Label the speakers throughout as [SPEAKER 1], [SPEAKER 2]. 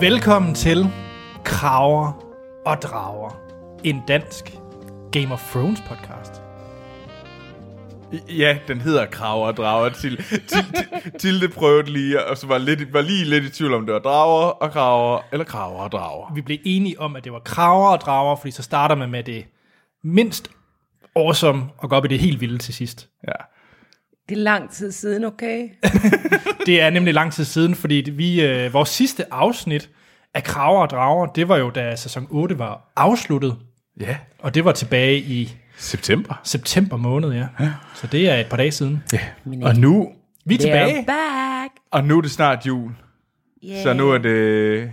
[SPEAKER 1] Velkommen til Kraver og Drager, en dansk Game of Thrones podcast.
[SPEAKER 2] Ja, den hedder Kraver og Drager. Til, til, til, Tilde prøvede lige, og så var, lidt, var lige lidt i tvivl om, det var drager og kraver, eller kraver og drager.
[SPEAKER 1] Vi blev enige om, at det var kraver og drager, fordi så starter man med det mindst awesome og går op i det helt vilde til sidst.
[SPEAKER 2] Ja.
[SPEAKER 3] Det er lang tid siden, okay?
[SPEAKER 1] Det er nemlig lang tid siden, fordi vi, øh, vores sidste afsnit af Kraver og Drager, det var jo da sæson 8 var afsluttet,
[SPEAKER 2] Ja,
[SPEAKER 1] og det var tilbage i
[SPEAKER 2] september.
[SPEAKER 1] september måned, ja. Så det er et par dage siden.
[SPEAKER 2] Ja. Og nu,
[SPEAKER 1] Vi er tilbage.
[SPEAKER 3] back!
[SPEAKER 2] og nu er det snart jul.
[SPEAKER 3] Yeah.
[SPEAKER 2] Så nu er det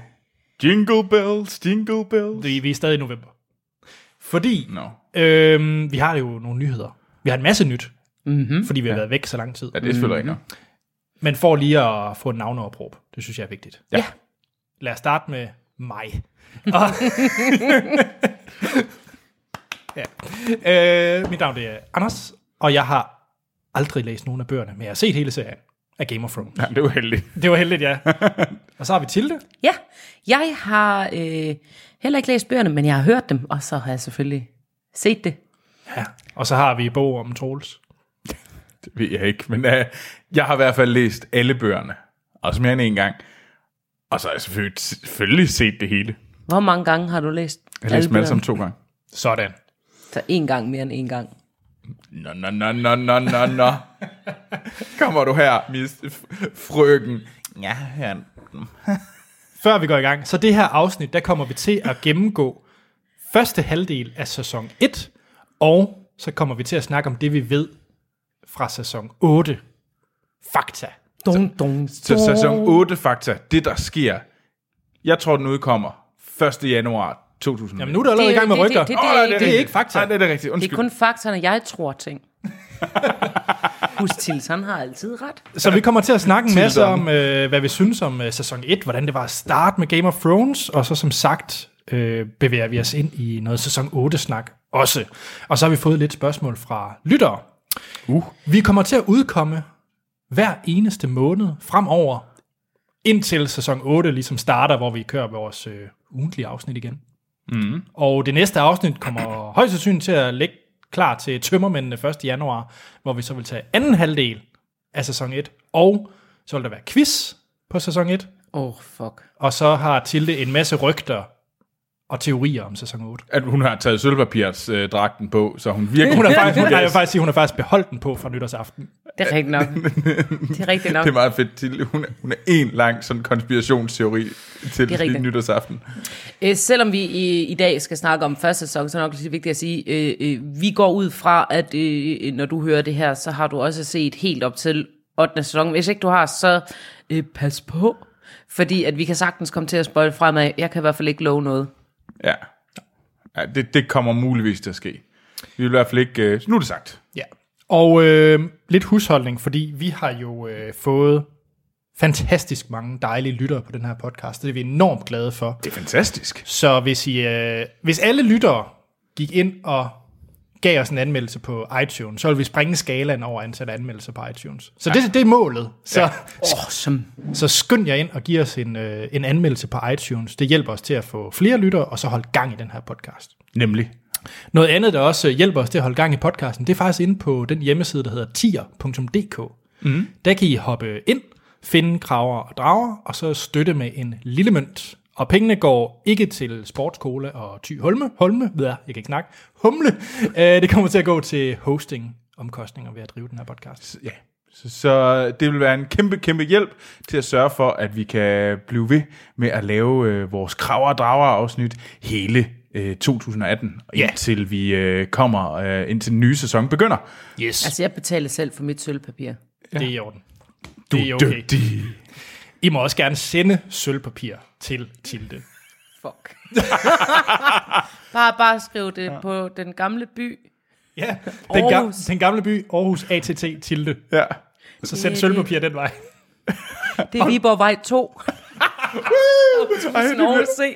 [SPEAKER 2] jingle bells, jingle bells.
[SPEAKER 1] Vi, vi er stadig i november. Fordi
[SPEAKER 2] Nå.
[SPEAKER 1] Øhm, vi har jo nogle nyheder. Vi har en masse nyt, mm-hmm. fordi vi har ja. været væk så lang tid.
[SPEAKER 2] Ja, det er selvfølgelig ikke noget.
[SPEAKER 1] Men for lige at få en navneopråb, det synes jeg er vigtigt.
[SPEAKER 2] Ja.
[SPEAKER 1] Lad os starte med mig. Og ja. øh, mit navn det er Anders, og jeg har aldrig læst nogen af bøgerne, men jeg har set hele serien af Game of Thrones.
[SPEAKER 2] Ja, det er uheldigt.
[SPEAKER 1] Det var heldigt, ja. og så har vi Tilde.
[SPEAKER 3] Ja, jeg har øh, heller ikke læst bøgerne, men jeg har hørt dem, og så har jeg selvfølgelig set det.
[SPEAKER 1] Ja. Og så har vi bog om Troels.
[SPEAKER 2] Det ved jeg ikke, men uh, jeg har i hvert fald læst alle bøgerne. Også mere end en gang. Og så har jeg selvfølgelig, selvfølgelig set det hele.
[SPEAKER 3] Hvor mange gange har du læst
[SPEAKER 2] Jeg har læst dem alle sammen
[SPEAKER 3] bøgerne?
[SPEAKER 2] to gange.
[SPEAKER 1] Sådan.
[SPEAKER 3] Så en gang mere end en gang.
[SPEAKER 2] Nå, nå, nå, nå, nå, nå, nå. Kommer du her, mis f- frøken? Ja, her.
[SPEAKER 1] før vi går i gang. Så det her afsnit, der kommer vi til at gennemgå første halvdel af sæson 1, og så kommer vi til at snakke om det, vi ved fra sæson 8. Fakta.
[SPEAKER 3] Dun, dun,
[SPEAKER 2] Så sæson 8 Fakta, det der sker, jeg tror den udkommer 1. januar 2000.
[SPEAKER 1] Jamen nu er du allerede i
[SPEAKER 3] Det-
[SPEAKER 1] gang med
[SPEAKER 3] det-
[SPEAKER 1] rygter.
[SPEAKER 3] det- det-
[SPEAKER 1] Åh,
[SPEAKER 3] er
[SPEAKER 1] det, er ikke fakta.
[SPEAKER 2] Nej, det er det rigtigt.
[SPEAKER 3] Det er
[SPEAKER 2] Undskyld.
[SPEAKER 3] kun faktorerne, jeg tror ting. Husk til, han har altid ret.
[SPEAKER 1] Så vi kommer til at snakke en masse
[SPEAKER 2] Tilderen.
[SPEAKER 1] om, øh, hvad vi synes om øh, sæson 1, hvordan det var at starte med Game of Thrones, og så som sagt øh, bevæger vi os ind i noget sæson 8-snak også. Og så har vi fået lidt spørgsmål fra lyttere.
[SPEAKER 2] Uh.
[SPEAKER 1] Vi kommer til at udkomme hver eneste måned fremover, indtil sæson 8 ligesom starter, hvor vi kører vores øh, ugentlige afsnit igen. Mm. Og det næste afsnit kommer højst sandsynligt til at ligge klar til tømmermændene 1. januar, hvor vi så vil tage anden halvdel af sæson 1, og så vil der være quiz på sæson 1,
[SPEAKER 3] Åh, oh, fuck.
[SPEAKER 1] og så har Tilde en masse rygter og teorier om sæson 8.
[SPEAKER 2] At hun har taget sølvpapirsdragten på, så hun virkelig...
[SPEAKER 1] Hun har faktisk, hun, nej, jeg vil faktisk sige, hun har faktisk beholdt den på fra nytårsaften.
[SPEAKER 3] Det er rigtigt nok. Det er rigtigt nok.
[SPEAKER 2] Det er meget fedt til. Hun er, hun er en lang sådan konspirationsteori til
[SPEAKER 3] Det er rigtigt.
[SPEAKER 2] nytårsaften.
[SPEAKER 3] Øh, selvom vi i, i dag skal snakke om første sæson, så er det nok lige vigtigt at sige, øh, øh, vi går ud fra, at øh, når du hører det her, så har du også set helt op til 8. sæson. Hvis ikke du har, så øh, pas på, fordi at vi kan sagtens komme til at spoil fremad. Jeg kan i hvert fald ikke love noget.
[SPEAKER 2] Ja. ja det, det kommer muligvis til at ske. Vi vil i hvert fald ikke... Øh, nu er det sagt.
[SPEAKER 1] Ja. Og øh, lidt husholdning, fordi vi har jo øh, fået fantastisk mange dejlige lyttere på den her podcast. Det er vi enormt glade for.
[SPEAKER 2] Det er fantastisk.
[SPEAKER 1] Så hvis, I, øh, hvis alle lyttere gik ind og gav os en anmeldelse på iTunes, så ville vi springe skalaen over antal anmeldelser på iTunes. Så det, det er målet. Så, ja.
[SPEAKER 3] Awesome.
[SPEAKER 1] så skynd jer ind og giv os en, øh, en anmeldelse på iTunes. Det hjælper os til at få flere lyttere, og så holde gang i den her podcast.
[SPEAKER 2] Nemlig.
[SPEAKER 1] Noget andet, der også øh, hjælper os til at holde gang i podcasten, det er faktisk inde på den hjemmeside, der hedder tier.dk. Mm. Der kan I hoppe ind, finde kraver og drager, og så støtte med en lille mønt. Og pengene går ikke til Sportskola og Ty Holme. Holme, ved jeg, jeg kan ikke snakke. Humle. Øh, det kommer til at gå til hosting omkostninger ved at drive den her podcast.
[SPEAKER 2] Ja. Så, så det vil være en kæmpe, kæmpe hjælp til at sørge for, at vi kan blive ved med at lave øh, vores kraver og drager afsnit hele øh, 2018,
[SPEAKER 1] Ja.
[SPEAKER 2] indtil vi øh, kommer, øh, indtil den nye sæson begynder.
[SPEAKER 1] Yes. Altså,
[SPEAKER 3] Altså, jeg betaler selv for mit sølvpapir.
[SPEAKER 1] det er i orden.
[SPEAKER 2] Du
[SPEAKER 1] det er okay.
[SPEAKER 2] dygtig.
[SPEAKER 1] I må også gerne sende sølvpapir til Tilde.
[SPEAKER 3] Fuck. bare, bare skriv det ja. på den gamle by.
[SPEAKER 1] Ja, den, ga-
[SPEAKER 3] Aarhus.
[SPEAKER 1] den gamle by Aarhus ATT Tilde.
[SPEAKER 2] Ja.
[SPEAKER 1] Så send
[SPEAKER 3] Yeah.
[SPEAKER 1] sølvpapir den vej.
[SPEAKER 3] Det er Viborgvej 2. Tusind år se.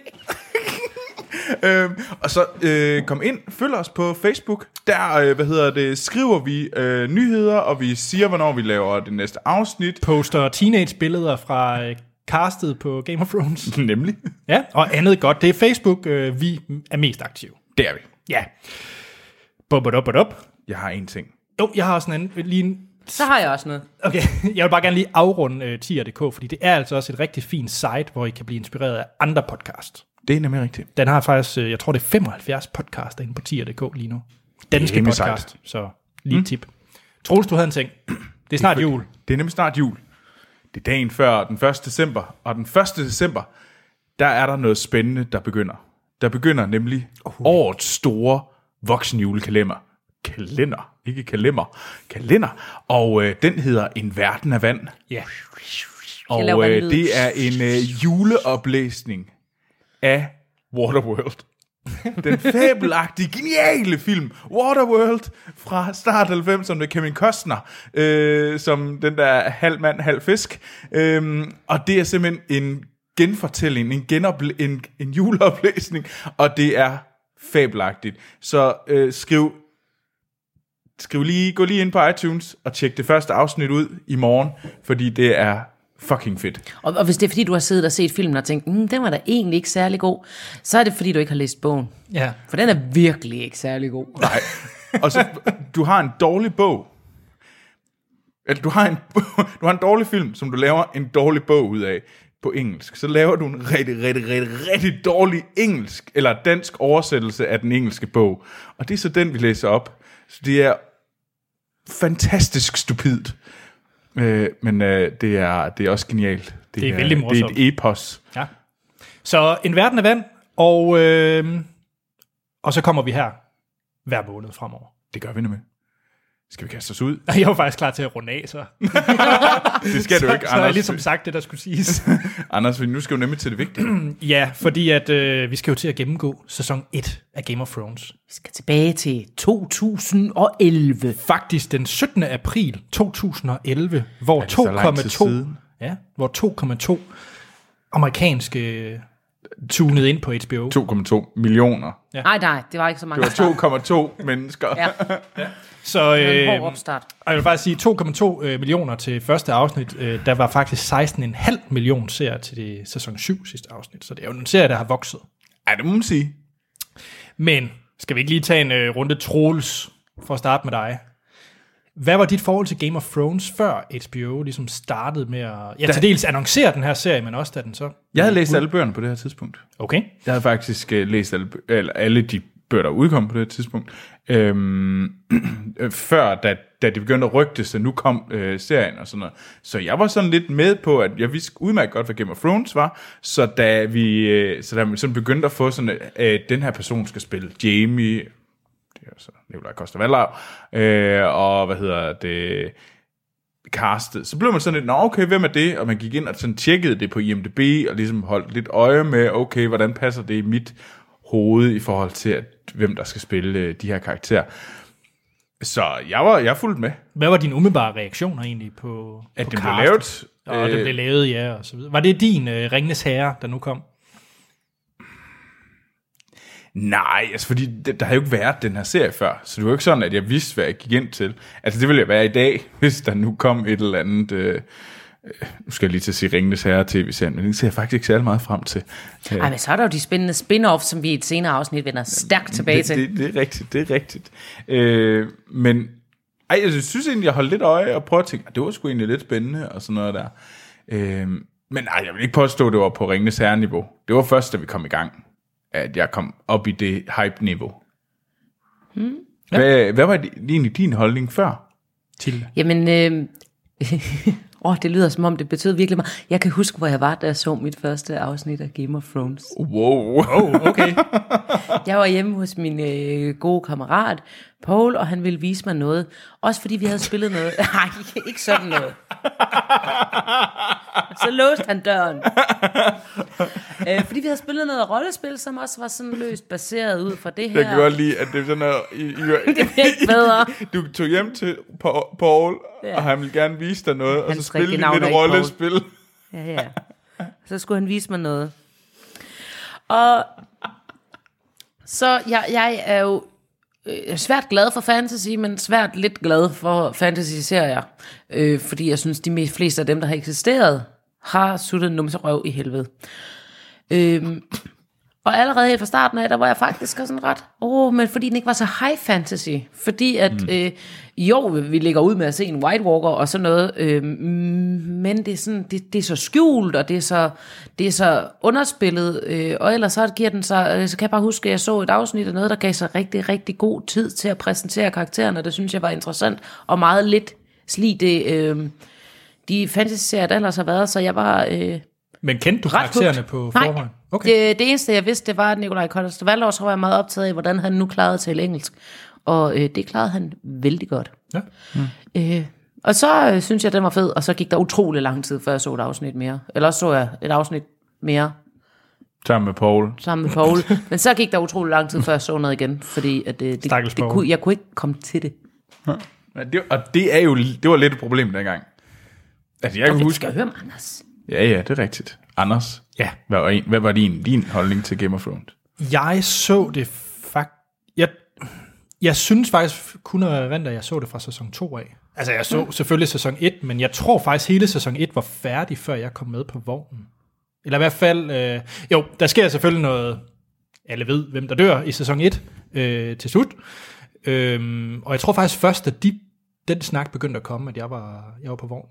[SPEAKER 2] Øhm, og så øh, kom ind, følg os på Facebook. Der, øh, hvad hedder det, skriver vi øh, nyheder, og vi siger, hvornår vi laver det næste afsnit.
[SPEAKER 1] poster teenage-billeder fra øh, castet på Game of Thrones.
[SPEAKER 2] Nemlig.
[SPEAKER 1] Ja, og andet godt. Det er Facebook, øh, vi er mest aktive.
[SPEAKER 2] Det er vi.
[SPEAKER 1] Ja. Bop, bop, bop, bop.
[SPEAKER 2] Jeg har en ting.
[SPEAKER 1] Jo, jeg har også en anden. Lige en,
[SPEAKER 3] Så har jeg også noget.
[SPEAKER 1] okay, jeg vil bare gerne lige afrunde øh, tier.dk, fordi det er altså også et rigtig fint site, hvor I kan blive inspireret af andre podcast.
[SPEAKER 2] Det er nemlig rigtigt.
[SPEAKER 1] Den har faktisk, øh, jeg tror det er 75 podcaster inde på tier.dk lige nu. Danske
[SPEAKER 2] Rimelig sejt.
[SPEAKER 1] podcast, så lige et tip. Troels, du havde en ting. Mm. Det er snart jul.
[SPEAKER 2] Det er nemlig snart jul. Det er dagen før den 1. december. Og den 1. december, der er der noget spændende, der begynder. Der begynder nemlig årets store voksenjulekalender. Kalender, ikke kalemmer. Kalender. Og øh, den hedder En Verden af Vand.
[SPEAKER 1] Ja.
[SPEAKER 2] Og
[SPEAKER 3] laver en
[SPEAKER 2] øh,
[SPEAKER 3] lyd.
[SPEAKER 2] det er en øh, juleoplæsning af Waterworld. Den fabelagtige, geniale film Waterworld fra start 90'erne med Kevin Costner, øh, som den der halv mand, halv fisk. Øhm, og det er simpelthen en genfortælling, en, genople- en, en juleoplæsning, og det er fabelagtigt. Så øh, skriv skriv lige, gå lige ind på iTunes og tjek det første afsnit ud i morgen, fordi det er fucking fedt.
[SPEAKER 3] Og, og hvis det er, fordi du har siddet og set filmen og tænkt, mm, den var da egentlig ikke særlig god, så er det, fordi du ikke har læst bogen.
[SPEAKER 1] Ja.
[SPEAKER 3] For den er virkelig ikke særlig god.
[SPEAKER 2] Nej. Og så, du har en dårlig bog. Eller du har, en, du har en dårlig film, som du laver en dårlig bog ud af på engelsk. Så laver du en rigtig, rigtig, rigtig, rigtig dårlig engelsk, eller dansk oversættelse af den engelske bog. Og det er så den, vi læser op. Så det er fantastisk stupidt. Øh, men øh, det, er, det er også genialt.
[SPEAKER 1] Det er vældig
[SPEAKER 2] Det er
[SPEAKER 1] morsomt.
[SPEAKER 2] et epos.
[SPEAKER 1] ja. Så en verden af vand, og, øh, og så kommer vi her hver måned fremover.
[SPEAKER 2] Det gør vi nu med. Skal vi kaste os ud?
[SPEAKER 1] Jeg var faktisk klar til at runde af, så,
[SPEAKER 2] Det skal du ikke,
[SPEAKER 1] så har jeg
[SPEAKER 2] Anders.
[SPEAKER 1] ligesom sagt det, der skulle siges.
[SPEAKER 2] Anders, fordi nu skal vi nemlig til det vigtige.
[SPEAKER 1] ja, fordi at, øh, vi skal jo til at gennemgå sæson 1 af Game of Thrones.
[SPEAKER 3] Vi skal tilbage til 2011.
[SPEAKER 1] Faktisk den 17. april 2011, hvor
[SPEAKER 2] så lang tid
[SPEAKER 1] 2,2
[SPEAKER 2] siden?
[SPEAKER 1] ja, hvor 2,2 amerikanske øh, tunede ind på HBO.
[SPEAKER 2] 2,2 millioner.
[SPEAKER 3] Nej, nej, det var ikke så mange.
[SPEAKER 2] Det var 2,2 mennesker.
[SPEAKER 3] Ja,
[SPEAKER 1] Så
[SPEAKER 3] det var en hård
[SPEAKER 1] øh,
[SPEAKER 3] opstart.
[SPEAKER 1] Og jeg vil faktisk sige, 2,2 øh, millioner til første afsnit. Øh, der var faktisk 16,5 millioner seere til det sæson 7 sidste afsnit. Så det er jo en serie, der har vokset.
[SPEAKER 2] Ja, det må man sige.
[SPEAKER 1] Men skal vi ikke lige tage en øh, runde Troels for at starte med dig? Hvad var dit forhold til Game of Thrones, før HBO ligesom startede med at... Ja, til dels annoncere den her serie, men også da den så...
[SPEAKER 2] Jeg havde læst alle bøgerne på det her tidspunkt.
[SPEAKER 1] Okay.
[SPEAKER 2] Jeg havde faktisk uh, læst alle, bø- eller alle de bøger, der udkom på det her tidspunkt. Øhm, øh, før, da, da det begyndte at rygte, så nu kom øh, serien og sådan noget. Så jeg var sådan lidt med på, at jeg vidste udmærket godt, hvad Game of Thrones var. Så da vi øh, så da vi sådan begyndte at få sådan, øh, den her person skal spille Jamie, det er så Nikolaj Koster Valdrag, øh, og hvad hedder det, castet, så blev man sådan lidt, nå okay, hvem er det? Og man gik ind og sådan tjekkede det på IMDb, og ligesom holdt lidt øje med, okay, hvordan passer det i mit hoved i forhold til, at, hvem der skal spille øh, de her karakterer. Så jeg var jeg fulgte med,
[SPEAKER 1] Hvad var dine umiddelbare reaktioner egentlig på
[SPEAKER 2] at
[SPEAKER 1] på
[SPEAKER 2] det blev
[SPEAKER 1] castet?
[SPEAKER 2] lavet.
[SPEAKER 1] Og det
[SPEAKER 2] Øh,
[SPEAKER 1] blev lavet, ja, og så videre. Var det din øh, Ringnes Herre, der nu kom?
[SPEAKER 2] Nej, altså fordi det, der har jo ikke været den her serie før, så det var jo ikke sådan, at jeg vidste, hvad jeg gik ind til. Altså det ville jeg være i dag, hvis der nu kom et eller andet... Øh, øh, nu skal jeg lige til at sige Ringenes Herre tv-serien, men den ser jeg faktisk ikke særlig meget frem til. Øh,
[SPEAKER 3] Ej, men så er der jo de spændende spin-offs, som vi i et senere afsnit vender stærkt tilbage til.
[SPEAKER 2] Det, det, det er rigtigt, det er rigtigt. Øh, men ej, altså, jeg synes egentlig, jeg holdt lidt øje og prøvede at tænke, "Ah, det var sgu egentlig lidt spændende og sådan noget der. Øh, men nej, jeg vil ikke påstå, at det var på Ringenes Herre-niveau. Det var først, da vi kom i gang, at jeg kom op i det hype-niveau. Hmm.
[SPEAKER 3] Hmm.
[SPEAKER 2] Ja. Hvad, hvad var det, egentlig din holdning før?
[SPEAKER 1] Til.
[SPEAKER 3] Jamen, øh, åh, det lyder som om, det betød virkelig meget. Jeg kan huske, hvor jeg var, da jeg så mit første afsnit af Game of Thrones.
[SPEAKER 2] Wow.
[SPEAKER 1] Oh, okay.
[SPEAKER 3] Jeg var hjemme hos min øh, gode kammerat, Paul, og han ville vise mig noget. Også fordi vi havde spillet noget. Nej, ikke sådan noget. Så låste han døren. Øh, fordi vi havde spillet noget rollespil, som også var sådan løst baseret ud fra det her.
[SPEAKER 2] Jeg kan godt lide, at det er sådan noget... I, I,
[SPEAKER 3] Det bliver ikke bedre.
[SPEAKER 2] Du tog hjem til Pa- Paul,
[SPEAKER 3] Ja.
[SPEAKER 2] og han ville gerne vise dig noget, og så
[SPEAKER 3] Hans
[SPEAKER 2] spille
[SPEAKER 3] rigtige
[SPEAKER 2] lidt
[SPEAKER 3] navn er ikke Paul.
[SPEAKER 2] rollespil.
[SPEAKER 3] Ja, ja. Så skulle han vise mig noget. Og så jeg, jeg er jo øh, svært glad for fantasy, men svært lidt glad for fantasy-serier. Øh, fordi jeg synes, de me- fleste af dem, der har eksisteret, har suttet en numserøv i helvede. Øhm, og allerede helt fra starten af, der var jeg faktisk også sådan ret, åh, oh, men fordi den ikke var så high fantasy. Fordi at, mm. øh, jo, vi ligger ud med at se en White Walker og sådan noget, øh, men det er, sådan, det, det er så skjult, og det er så, det er så underspillet. Øh, og ellers så giver den sig, øh, så kan jeg bare huske, at jeg så et afsnit af noget, der gav sig rigtig, rigtig god tid til at præsentere karaktererne, og det synes jeg var interessant, og meget lidt slig det, øh, de fantasy-serier, der ellers har været, så jeg var... Øh,
[SPEAKER 1] Men kendte du karaktererne på
[SPEAKER 3] Nej,
[SPEAKER 1] forhånd?
[SPEAKER 3] okay. det, det eneste jeg vidste, det var, at Nikolaj Kolders Valdor, så var jeg meget optaget af, hvordan han nu klarede til engelsk. Og øh, det klarede han vældig godt.
[SPEAKER 1] Ja.
[SPEAKER 3] Øh, og så øh, synes jeg, den var fed, og så gik der utrolig lang tid, før jeg så et afsnit mere. Eller også så jeg et afsnit mere
[SPEAKER 2] Sammen med Paul.
[SPEAKER 3] sammen med Paul. Men så gik der utrolig lang tid, før jeg så noget igen, fordi at, øh, det,
[SPEAKER 1] Stakkels
[SPEAKER 3] det, det
[SPEAKER 1] Paul.
[SPEAKER 3] kunne, jeg kunne ikke komme til det.
[SPEAKER 2] Ja, det, og det, er jo, det var lidt et problem dengang. Altså, jeg kan
[SPEAKER 3] Du
[SPEAKER 2] huske...
[SPEAKER 3] skal høre mig, Anders.
[SPEAKER 2] Ja, ja, det er rigtigt. Anders,
[SPEAKER 1] Ja.
[SPEAKER 2] hvad var, en, hvad var din, din holdning til Game of Thrones?
[SPEAKER 1] Jeg så det faktisk... Jeg, jeg synes faktisk kun at erindre, at jeg så det fra sæson 2 af. Altså, jeg så selvfølgelig sæson 1, men jeg tror faktisk, hele sæson 1 var færdig, før jeg kom med på vognen. Eller i hvert fald... Øh, jo, der sker selvfølgelig noget... Alle ved, hvem der dør i sæson 1 øh, til slut. Øhm, og jeg tror faktisk først, at de, den snak begyndte at komme, at jeg var, jeg var på vognen.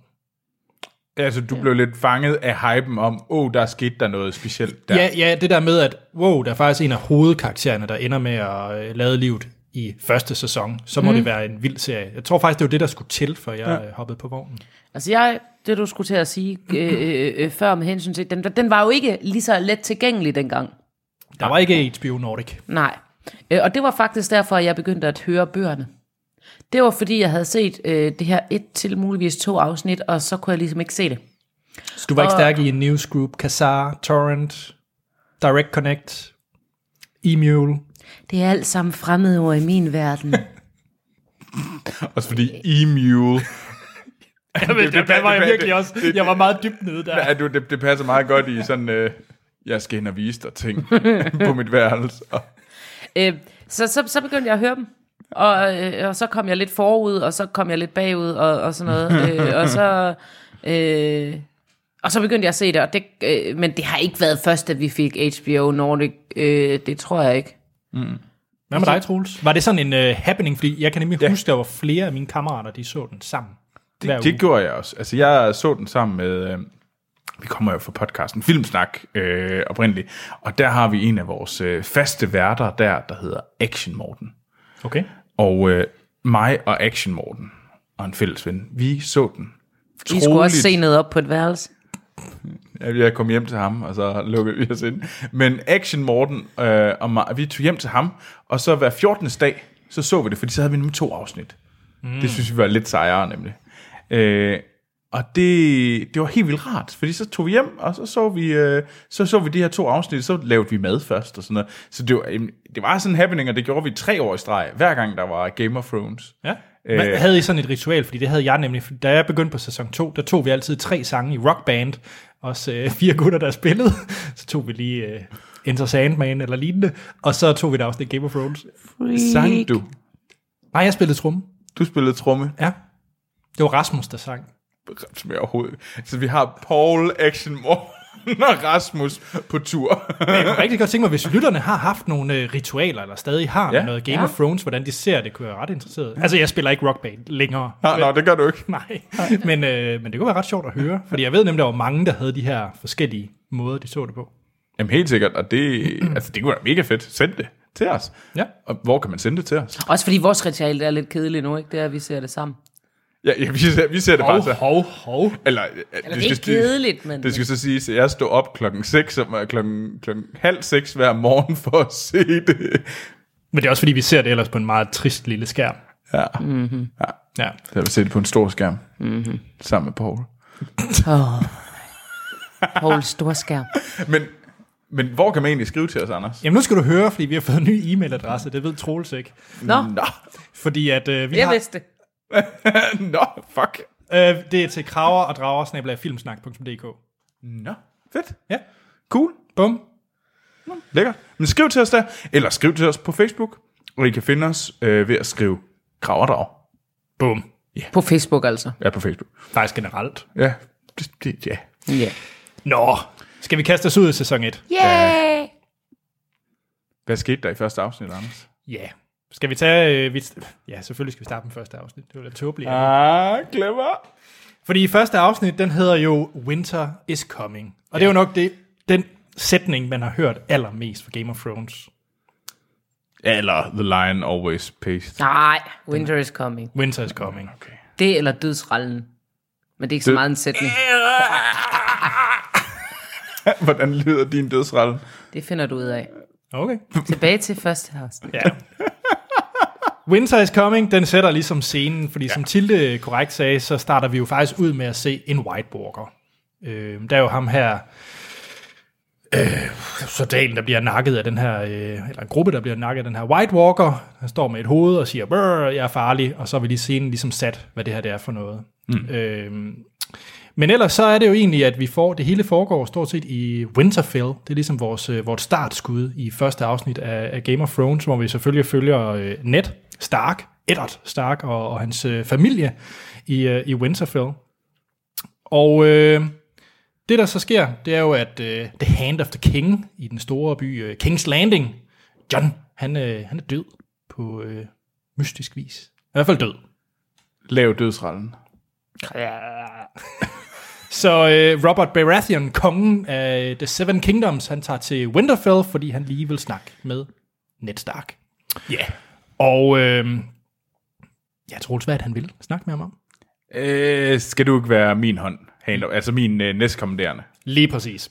[SPEAKER 2] Altså, du ja. blev lidt fanget af hypen om, åh, oh, der skete der noget specielt der.
[SPEAKER 1] Ja, ja, det der med, at wow, der er faktisk en af hovedkaraktererne, der ender med at øh, lade livet i første sæson, så må mm. det være en vild serie. Jeg tror faktisk, det var det, der skulle til, før jeg ja. hoppede på vognen.
[SPEAKER 3] Altså jeg, det du skulle til at sige øh, øh, øh, før med hensyn til, den, den var jo ikke lige så let tilgængelig dengang.
[SPEAKER 1] Der var ikke HBO Nordic.
[SPEAKER 3] Nej. Øh, Og det var faktisk derfor, at jeg begyndte at høre bøgerne. Det var fordi, jeg havde set øh, det her et til muligvis to afsnit, og så kunne jeg ligesom ikke se det.
[SPEAKER 1] Så du var ikke
[SPEAKER 3] Og-
[SPEAKER 1] stærk i en newsgroup, Kazaa, Torrent, Direct Connect, Emule.
[SPEAKER 3] Det er alt sammen fremmede ord i min verden.
[SPEAKER 2] Også fordi E-Mule,
[SPEAKER 1] Jeg ved,
[SPEAKER 2] det- det- det- det- det-
[SPEAKER 1] jeg var meget dybt nede der.
[SPEAKER 2] ja, du, det, det passer meget godt i sådan, øh, jeg skal hen og vise dig ting på mit værelse. Og,
[SPEAKER 3] øh, så, så, så begyndte jeg at høre dem. Og, øh, og så kom jeg lidt forud, og så kom jeg lidt bagud, og, og sådan noget. Øh, og så... Øh, og så begyndte jeg at se det, og det øh, men det har ikke været først, at vi fik HBO Nordic. Øh, det tror jeg ikke.
[SPEAKER 1] Hvad med dig, Troels? Var det sådan en uh, happening? Fordi jeg kan nemlig ja. huske, der var flere af mine kammerater, de så den sammen. hver
[SPEAKER 2] Det,
[SPEAKER 1] uge.
[SPEAKER 2] det gjorde jeg også. Altså, jeg så den sammen med... Øh, vi kommer jo fra podcasten Filmsnak øh, oprindeligt, og der har vi en af vores øh, faste værter der, der hedder Action Morten.
[SPEAKER 1] Okay.
[SPEAKER 2] Og øh, mig og Action Morten og en fælles ven, vi så den.
[SPEAKER 3] Vi skulle også se
[SPEAKER 2] Troligt,
[SPEAKER 3] noget op på et værelse.
[SPEAKER 2] at Jeg kom hjem til ham, og så lukkede vi os ind. Men Action Morten øh, og mig, vi tog hjem til ham, og så hver 14. dag, så så vi det, fordi så havde vi nemlig to afsnit. Mm. Det synes vi var lidt sejere nemlig. Øh, og det, det var helt vildt rart, fordi så tog vi hjem, og så så vi, øh, så så vi de her to afsnit, så lavede vi mad først og sådan noget. Så det var, øh, det var sådan en happening, og det gjorde vi tre år i streg, hver gang der var Game of Thrones.
[SPEAKER 1] Ja. Øh, havde I sådan et ritual? Fordi det havde jeg nemlig. Da jeg begyndte på sæson 2, der tog vi altid tre sange i rockband. Også øh, fire gutter, der spillede. Så tog vi lige øh, Enter Sandman eller lignende. Og så tog vi et afsnit Game of Thrones.
[SPEAKER 2] Sang du?
[SPEAKER 1] Nej, jeg spillede tromme.
[SPEAKER 2] Du spillede tromme.
[SPEAKER 1] Ja. Det var Rasmus, der sang.
[SPEAKER 2] som jeg overhovedet... Så vi har Paul, Action Morten og Rasmus på tur.
[SPEAKER 1] Jeg kunne rigtig godt tænke mig, hvis lytterne har haft nogle øh, ritualer, eller stadig har ja.
[SPEAKER 2] Ja.
[SPEAKER 1] noget Game ja.
[SPEAKER 3] Ja.
[SPEAKER 1] of Thrones, hvordan de ser det, kunne jeg være ret interesseret. Altså, jeg spiller ikke rockband længere.
[SPEAKER 2] Nå, nå, det gør du ikke.
[SPEAKER 1] Nej, men, øh, men det kunne være ret sjovt at høre, fordi jeg ved nemlig, der var mange, der havde de her forskellige måder, de så det på.
[SPEAKER 2] Jamen helt sikkert, og det, altså, det kunne være mega fedt. Send det til os.
[SPEAKER 1] Ja.
[SPEAKER 2] Og hvor kan man sende det til os?
[SPEAKER 3] Også fordi vores ritual er lidt kedeligt nu, ikke? Det er, at vi ser det sammen.
[SPEAKER 2] Ja, ja vi, ser, vi ser det bare så.
[SPEAKER 1] hov, hov.
[SPEAKER 2] Eller, øh,
[SPEAKER 3] Eller det er ikke kedeligt, men...
[SPEAKER 2] Det skal så siges, at jeg stod op klokken 6, om, klokken, klokken halv 6 hver morgen for at se det.
[SPEAKER 1] Men det er også fordi, vi ser det ellers på en meget trist lille skærm.
[SPEAKER 2] Ja,
[SPEAKER 1] Ja.
[SPEAKER 2] så har vi set det på en stor skærm. Mm-hmm.
[SPEAKER 3] Mhm.
[SPEAKER 2] Sammen med Paul.
[SPEAKER 3] Oh. Paul Storskærm.
[SPEAKER 2] Men, men hvor kan man egentlig skrive til os, Anders?
[SPEAKER 1] Jamen nu skal du høre, fordi vi har fået en ny e-mailadresse, det ved Troels ikke.
[SPEAKER 3] Nå,
[SPEAKER 2] Nå,
[SPEAKER 1] Fordi at øh, vi
[SPEAKER 3] jeg
[SPEAKER 1] har,
[SPEAKER 3] vidste det.
[SPEAKER 2] nå, fuck.
[SPEAKER 1] øh, det er til kraver og drager, snabel-a filmsnak.dk.
[SPEAKER 2] Nå, fedt.
[SPEAKER 1] Ja,
[SPEAKER 2] Cool.
[SPEAKER 1] bum.
[SPEAKER 2] Lækker. Men skriv til os der, eller skriv til os på Facebook, og I kan finde os øh, ved at skrive kraverdrag.
[SPEAKER 1] Bum.
[SPEAKER 3] På Facebook altså.
[SPEAKER 2] Ja, på Facebook.
[SPEAKER 1] Faktisk generelt.
[SPEAKER 2] Ja, det, det, ja.
[SPEAKER 3] Ja.
[SPEAKER 1] Nå, skal vi kaste os ud i sæson 1?
[SPEAKER 3] Yeah.
[SPEAKER 2] Hvad skete der i første afsnit, Anders?
[SPEAKER 1] Ja. Skal vi tage... Øh, vi, ja, selvfølgelig skal vi starte med første afsnit. Det var lidt tåbeligt. Ja.
[SPEAKER 2] Ah, clever.
[SPEAKER 1] Fordi første afsnit, den hedder jo Winter is Coming. Og ja. det er jo nok det, den sætning, man har hørt allermest fra Game of Thrones.
[SPEAKER 2] Eller The Lion Always Pays.
[SPEAKER 3] Nej, winter is coming.
[SPEAKER 1] Winter is Coming.
[SPEAKER 2] Okay.
[SPEAKER 3] Det eller dødsrallen. Men det er ikke så
[SPEAKER 2] Død-
[SPEAKER 3] meget en sætning.
[SPEAKER 2] Hvordan lyder din dødsrelle?
[SPEAKER 3] Det finder du ud af.
[SPEAKER 1] Okay.
[SPEAKER 3] Tilbage til første afsnit.
[SPEAKER 1] Ja. Winter is Coming, den sætter ligesom scenen, fordi ja. som Tilde korrekt sagde, så starter vi jo faktisk ud med at se en White Walker. Øh, der er jo ham her, øh, soldaten, der bliver nakket af den her, øh, eller en gruppe, der bliver nakket af den her White Walker. Han står med et hoved og siger, "Brr, jeg er farlig, og så er vi lige scenen ligesom sat, hvad det her det er for noget. Mm. Øh, men ellers så er det jo egentlig, at vi får, det hele foregår stort set i Winterfell. Det er ligesom vores, øh, vores startskud i første afsnit af, af Game of Thrones, hvor vi selvfølgelig følger øh, Ned Stark, Eddard Stark og, og hans øh, familie i, øh, i Winterfell. Og øh, det, der så sker, det er jo, at øh, The Hand of the King i den store by øh, King's Landing, John, han, øh, han er død på øh, mystisk vis. I hvert fald død.
[SPEAKER 2] Lav dødsrallen.
[SPEAKER 1] Så øh, Robert Baratheon, kongen af The Seven Kingdoms, han tager til Winterfell, fordi han lige vil snakke med Ned Stark.
[SPEAKER 2] Ja. Yeah.
[SPEAKER 1] Og øh, jeg tror svært, han vil snakke med ham om.
[SPEAKER 2] Øh, skal du ikke være min hånd? Hand over, altså min øh, næstkommanderende.
[SPEAKER 1] Lige præcis.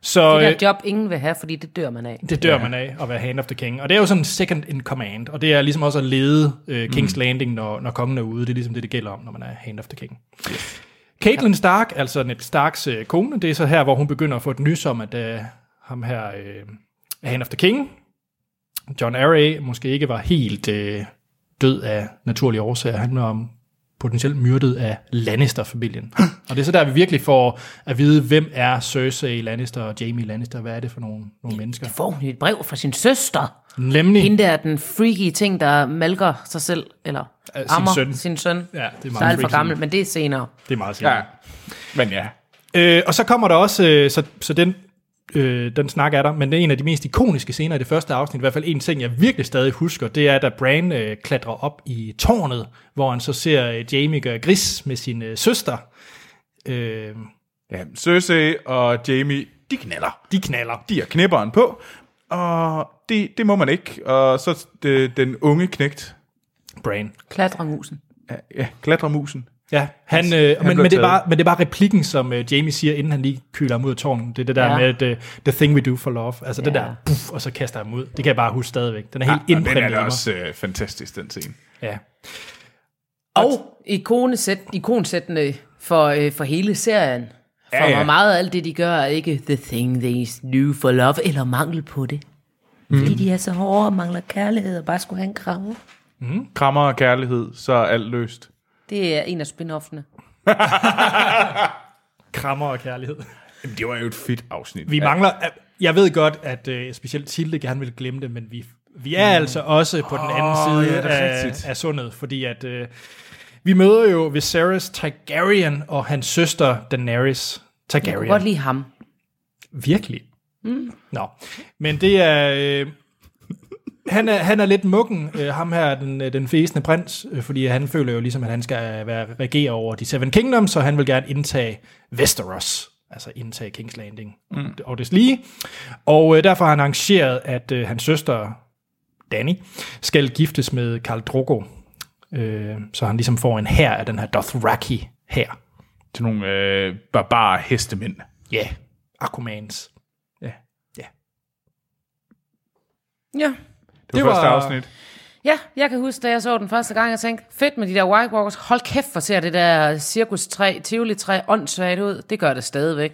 [SPEAKER 1] Så
[SPEAKER 3] Det
[SPEAKER 1] øh,
[SPEAKER 3] er et job, ingen vil have, fordi det dør man af.
[SPEAKER 1] det dør man af at være Hand of the King. Og det er jo sådan second in command, og det er ligesom også at lede øh, King's Landing, når, når kongen er ude. Det er ligesom det, det gælder om, når man er Hand of the King. Caitlyn Stark, altså Ned Starks øh, kone, det er så her, hvor hun begynder at få et nys om, at øh, ham her, øh, Hand of the King, John Arrey, måske ikke var helt øh, død af naturlige årsager. Han var um, potentielt myrdet af Lannister-familien. Og det er så der, vi virkelig får at vide, hvem er Cersei Lannister og Jamie Lannister? Hvad er det for nogle, nogle mennesker?
[SPEAKER 3] Får hun et brev fra sin søster?
[SPEAKER 1] Nemlig.
[SPEAKER 3] Hende der er den freaky ting, der malker sig selv, eller
[SPEAKER 1] sin
[SPEAKER 3] ammer
[SPEAKER 1] søn.
[SPEAKER 3] sin søn. Ja,
[SPEAKER 1] Ja, det er
[SPEAKER 3] der er
[SPEAKER 1] meget
[SPEAKER 3] alt for
[SPEAKER 1] freaky.
[SPEAKER 3] gammel, men det er senere.
[SPEAKER 1] Det er meget sjældent.
[SPEAKER 2] Ja. Men ja.
[SPEAKER 1] Øh, og så kommer der også, øh, så, så den, øh, den snak er der, men det er en af de mest ikoniske scener i det første afsnit, i hvert fald en ting, jeg virkelig stadig husker, det er, da Bran øh, klatrer op i tårnet, hvor han så ser øh, Jamie gøre gris med sin øh, søster. Øh,
[SPEAKER 2] ja. Cersei og Jamie, de knaller.
[SPEAKER 1] de knaller.
[SPEAKER 2] De har knipperen på, og det, det må man ikke. Og så det, den unge knægt,
[SPEAKER 1] Bran.
[SPEAKER 3] Klatremusen.
[SPEAKER 2] ja, ja, klatremusen.
[SPEAKER 1] Ja, han, øh,
[SPEAKER 2] han
[SPEAKER 1] men, men,
[SPEAKER 2] blev
[SPEAKER 1] det er
[SPEAKER 2] taget.
[SPEAKER 1] bare, men det er bare replikken, som øh, Jamie siger, inden han lige køler ham ud af tårnet. Det er det der
[SPEAKER 3] Ja.
[SPEAKER 1] ja. med, at, øh, the thing we do for love. Altså det
[SPEAKER 3] Ja.
[SPEAKER 1] der, puff, og så kaster han ham ud. Det kan jeg bare huske stadigvæk. Den er helt
[SPEAKER 2] Ja, og Ah, den
[SPEAKER 1] indprintet
[SPEAKER 2] er
[SPEAKER 1] i
[SPEAKER 2] da
[SPEAKER 1] mig.
[SPEAKER 2] også øh, fantastisk, den scene.
[SPEAKER 1] Ja.
[SPEAKER 3] Og ikonesæt, ikonsættende for, øh, for hele serien. For
[SPEAKER 2] Ja,
[SPEAKER 3] ja,
[SPEAKER 2] ja.
[SPEAKER 3] ja. hvor meget af alt det, de gør, er ikke the thing they do for love, eller mangel på det. Mm. Fordi de er så hårde og mangler kærlighed og bare skulle have en kramme.
[SPEAKER 2] Krammer og kærlighed, så er alt løst.
[SPEAKER 3] Det er en af spin-offene.
[SPEAKER 1] Krammer og kærlighed.
[SPEAKER 2] Jamen, det var jo et fedt afsnit.
[SPEAKER 1] Vi mangler... Jeg ved godt, at øh, specielt Tilde gerne vil glemme det, men vi, vi er altså også på den anden
[SPEAKER 2] Mm. Åh,
[SPEAKER 1] side
[SPEAKER 2] ja, det er
[SPEAKER 1] af,
[SPEAKER 2] rigtigt.
[SPEAKER 1] af sundet, fordi at øh, vi møder jo Viserys Targaryen og hans søster Daenerys
[SPEAKER 3] Jeg kunne
[SPEAKER 1] Targaryen.
[SPEAKER 3] godt lide ham.
[SPEAKER 1] Virkelig? Mm. Nå, men det er... Øh, han, er, han er lidt mukken, øh, ham her, den, øh, den fæsende prins, øh, fordi han føler jo ligesom, at han skal være regere over de Seven Kingdoms, så han vil gerne indtage Westeros, altså indtage King's Landing mm. og des lige. Og øh, derfor har han arrangeret, at øh, hans søster, Danny, skal giftes med Khal Drogo, øh, så han ligesom får en hær af den her Dothraki her.
[SPEAKER 2] Til nogle øh, barbare hestemænd.
[SPEAKER 1] Ja, yeah. Aquamans. Ja. Ja.
[SPEAKER 3] Ja.
[SPEAKER 2] Det var det
[SPEAKER 1] Det var-
[SPEAKER 2] første afsnit.
[SPEAKER 3] Ja, jeg kan huske, da jeg så den første gang, jeg tænkte, fedt med de der White Walkers. Hold kæft, hvor ser det der cirkustræ, tivoli-træ, åndssvagt ud. Det gør det stadigvæk.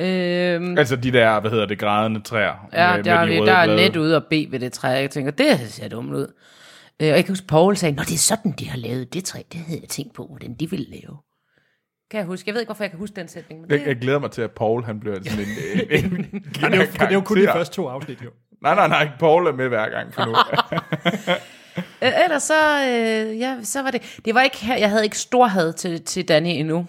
[SPEAKER 3] Øhm,
[SPEAKER 2] Altså de der, hvad hedder det, grædende træer.
[SPEAKER 3] Ja,
[SPEAKER 2] med-
[SPEAKER 3] der,
[SPEAKER 2] med
[SPEAKER 3] er,
[SPEAKER 2] de
[SPEAKER 3] vi-
[SPEAKER 2] røde
[SPEAKER 3] der er
[SPEAKER 2] blade.
[SPEAKER 3] net ude og bede ved det træ. Jeg tænker, det ser dumt ud. Øh, Og jeg kan huske, Paul sagde, Nå, det er sådan, de har lavet det træ. Det havde jeg tænkt på, hvordan de ville lave. Kan jeg huske? Jeg ved ikke, hvorfor jeg kan huske den sætning. Men det,
[SPEAKER 2] Jeg, jeg glæder mig til, at Paul han bliver sådan en... en, en, en
[SPEAKER 1] Nej, det, er jo, det er jo kun de første to afsnit, jo.
[SPEAKER 2] Nej, nej, nej. Paul er med hver gang for nu.
[SPEAKER 3] øh, ellers så, øh, ja, så var det... Det var ikke her, jeg havde ikke stor had til, til Danny endnu.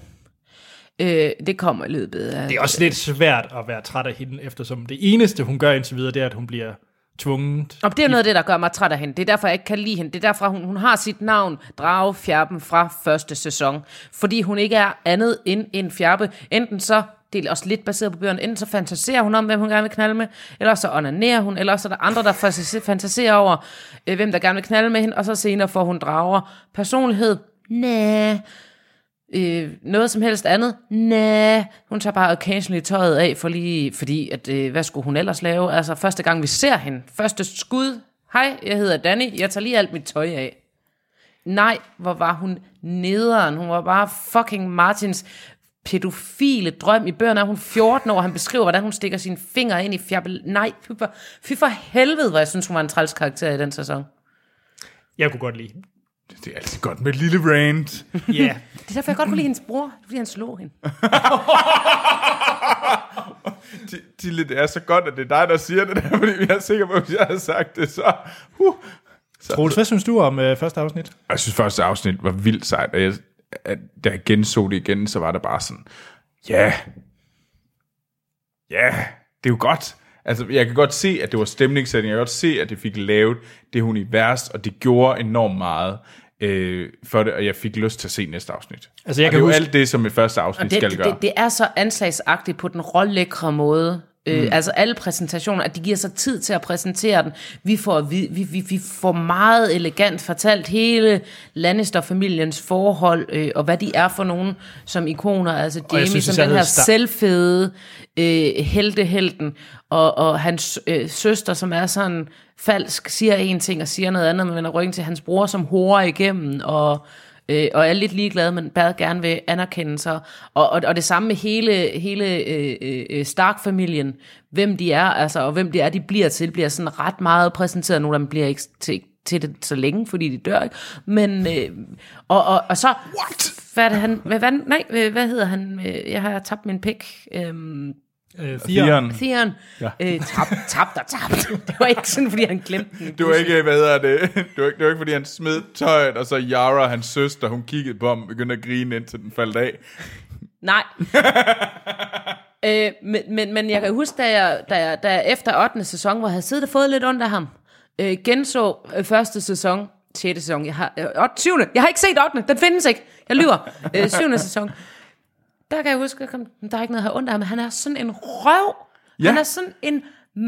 [SPEAKER 3] Øh, det kommer i løbet af...
[SPEAKER 1] Det er også lidt svært at være træt af hende, eftersom det eneste, hun gør indtil videre, det er, at hun bliver tvunget.
[SPEAKER 3] Og det er noget af det, der gør mig træt af hende. Det er derfor, jeg ikke kan lide hende. Det er derfor, hun, hun har sit navn, Drage Fjerben, fra første sæson. Fordi hun ikke er andet end en fjerbe. Enten så, det er også lidt baseret på bøgerne, enten så fantaserer hun om, hvem hun gerne vil knalde med, eller så onanerer hun, eller så er der andre, der fantase- fantaserer over, øh, hvem der gerne vil knalde med hende, og så senere får hun drager. Personlighed, næh. Øh, noget som helst andet? Nej, hun tager bare occasionally tøjet af, for lige, fordi at, øh, hvad skulle hun ellers lave? Altså første gang vi ser hende, første skud, hej, jeg hedder Danny, jeg tager lige alt mit tøj af. Nej, hvor var hun nederen, hun var bare fucking Martins pædofile drøm i bøgerne, er hun 14 år, han beskriver, hvordan hun stikker sine fingre ind i fjabbel. Nej, fy for, fy for helvede, hvor jeg synes, hun var en træls karakter i den sæson.
[SPEAKER 1] Jeg kunne godt lide. hende.
[SPEAKER 2] Det er altid godt med et lille rant.
[SPEAKER 1] Ja, yeah.
[SPEAKER 3] Det er derfor, jeg godt kunne lide hendes bror, fordi han slog hende.
[SPEAKER 2] De, de lidt er så godt, at det er dig, der siger det der, fordi jeg er sikker på, at hvis jeg havde sagt det, så... Uh.
[SPEAKER 1] Troels, hvad synes du om øh, første afsnit?
[SPEAKER 2] Jeg synes, første afsnit var vildt sejt, og jeg, at, da jeg genså det igen, så var det bare sådan, ja, yeah. ja, yeah, det er jo godt. Altså, jeg kan godt se, at det var stemningssætning, jeg kan godt se, at det fik lavet det univers, og det gjorde enormt meget øh, for det, og jeg fik lyst til at se næste afsnit.
[SPEAKER 1] Altså, jeg
[SPEAKER 2] og
[SPEAKER 1] kan
[SPEAKER 2] det er
[SPEAKER 1] huske-
[SPEAKER 2] jo alt det, som et første afsnit
[SPEAKER 3] det,
[SPEAKER 2] skal
[SPEAKER 3] det,
[SPEAKER 2] gøre.
[SPEAKER 3] det, det er så anslagsagtigt på den rollækre måde. Øh,
[SPEAKER 2] Mm.
[SPEAKER 3] Altså alle præsentationer, at de giver sig tid til at præsentere den. Vi får, vi, vi, vi, vi får meget elegant fortalt hele Lannister-familiens forhold, øh, og hvad de er for nogen som ikoner. Altså Jamie
[SPEAKER 1] synes
[SPEAKER 3] som
[SPEAKER 1] især,
[SPEAKER 3] den
[SPEAKER 1] at
[SPEAKER 3] her
[SPEAKER 1] Star-
[SPEAKER 3] selvfede øh, heltehelten, og, og hans øh, søster, som er sådan falsk, siger en ting og siger noget andet, men vender ryggen til hans bror, som horer igennem, og, øh, og er lidt ligeglad, men bare gerne vil anerkende sig. Og, og, og det samme med hele, hele øh, øh, øh, Stark-familien, hvem de er, altså, og hvem de er, de bliver til, bliver sådan ret meget præsenteret. Nogle af dem bliver ikke til, til det så længe, fordi de dør, ikke? Men, øh, og, og, og så... What? Hvad, er det, han, hvad, hvad, nej, øh, hvad hedder han? Øh, Jeg har tabt min pik. Øhm,
[SPEAKER 1] Øh, fire.
[SPEAKER 2] Fireren.
[SPEAKER 3] Theon ja. øh, tabt, tabt og tabt. Det var ikke sådan, fordi han glemte den.
[SPEAKER 2] Det var ikke, hvad hedder det, det var ikke, det var ikke fordi han smed tøjet, og så Yara, hans søster, hun kiggede på ham og begyndte at grine, indtil den faldt af.
[SPEAKER 3] Nej. øh, men, men, men jeg kan huske, da jeg, da jeg, da jeg efter 8. sæson, hvor jeg havde siddet og fået lidt ondt af ham, øh, genså øh, første sæson, 6. sæson, jeg har, øh, 8, 7. Jeg har ikke set 8. Den findes ikke. Jeg lyver. Øh, 7. sæson. Der kan jeg huske, at jeg kom, der er ikke noget at have ondt af ham. Han er sådan en røv. Ja. Han er sådan en,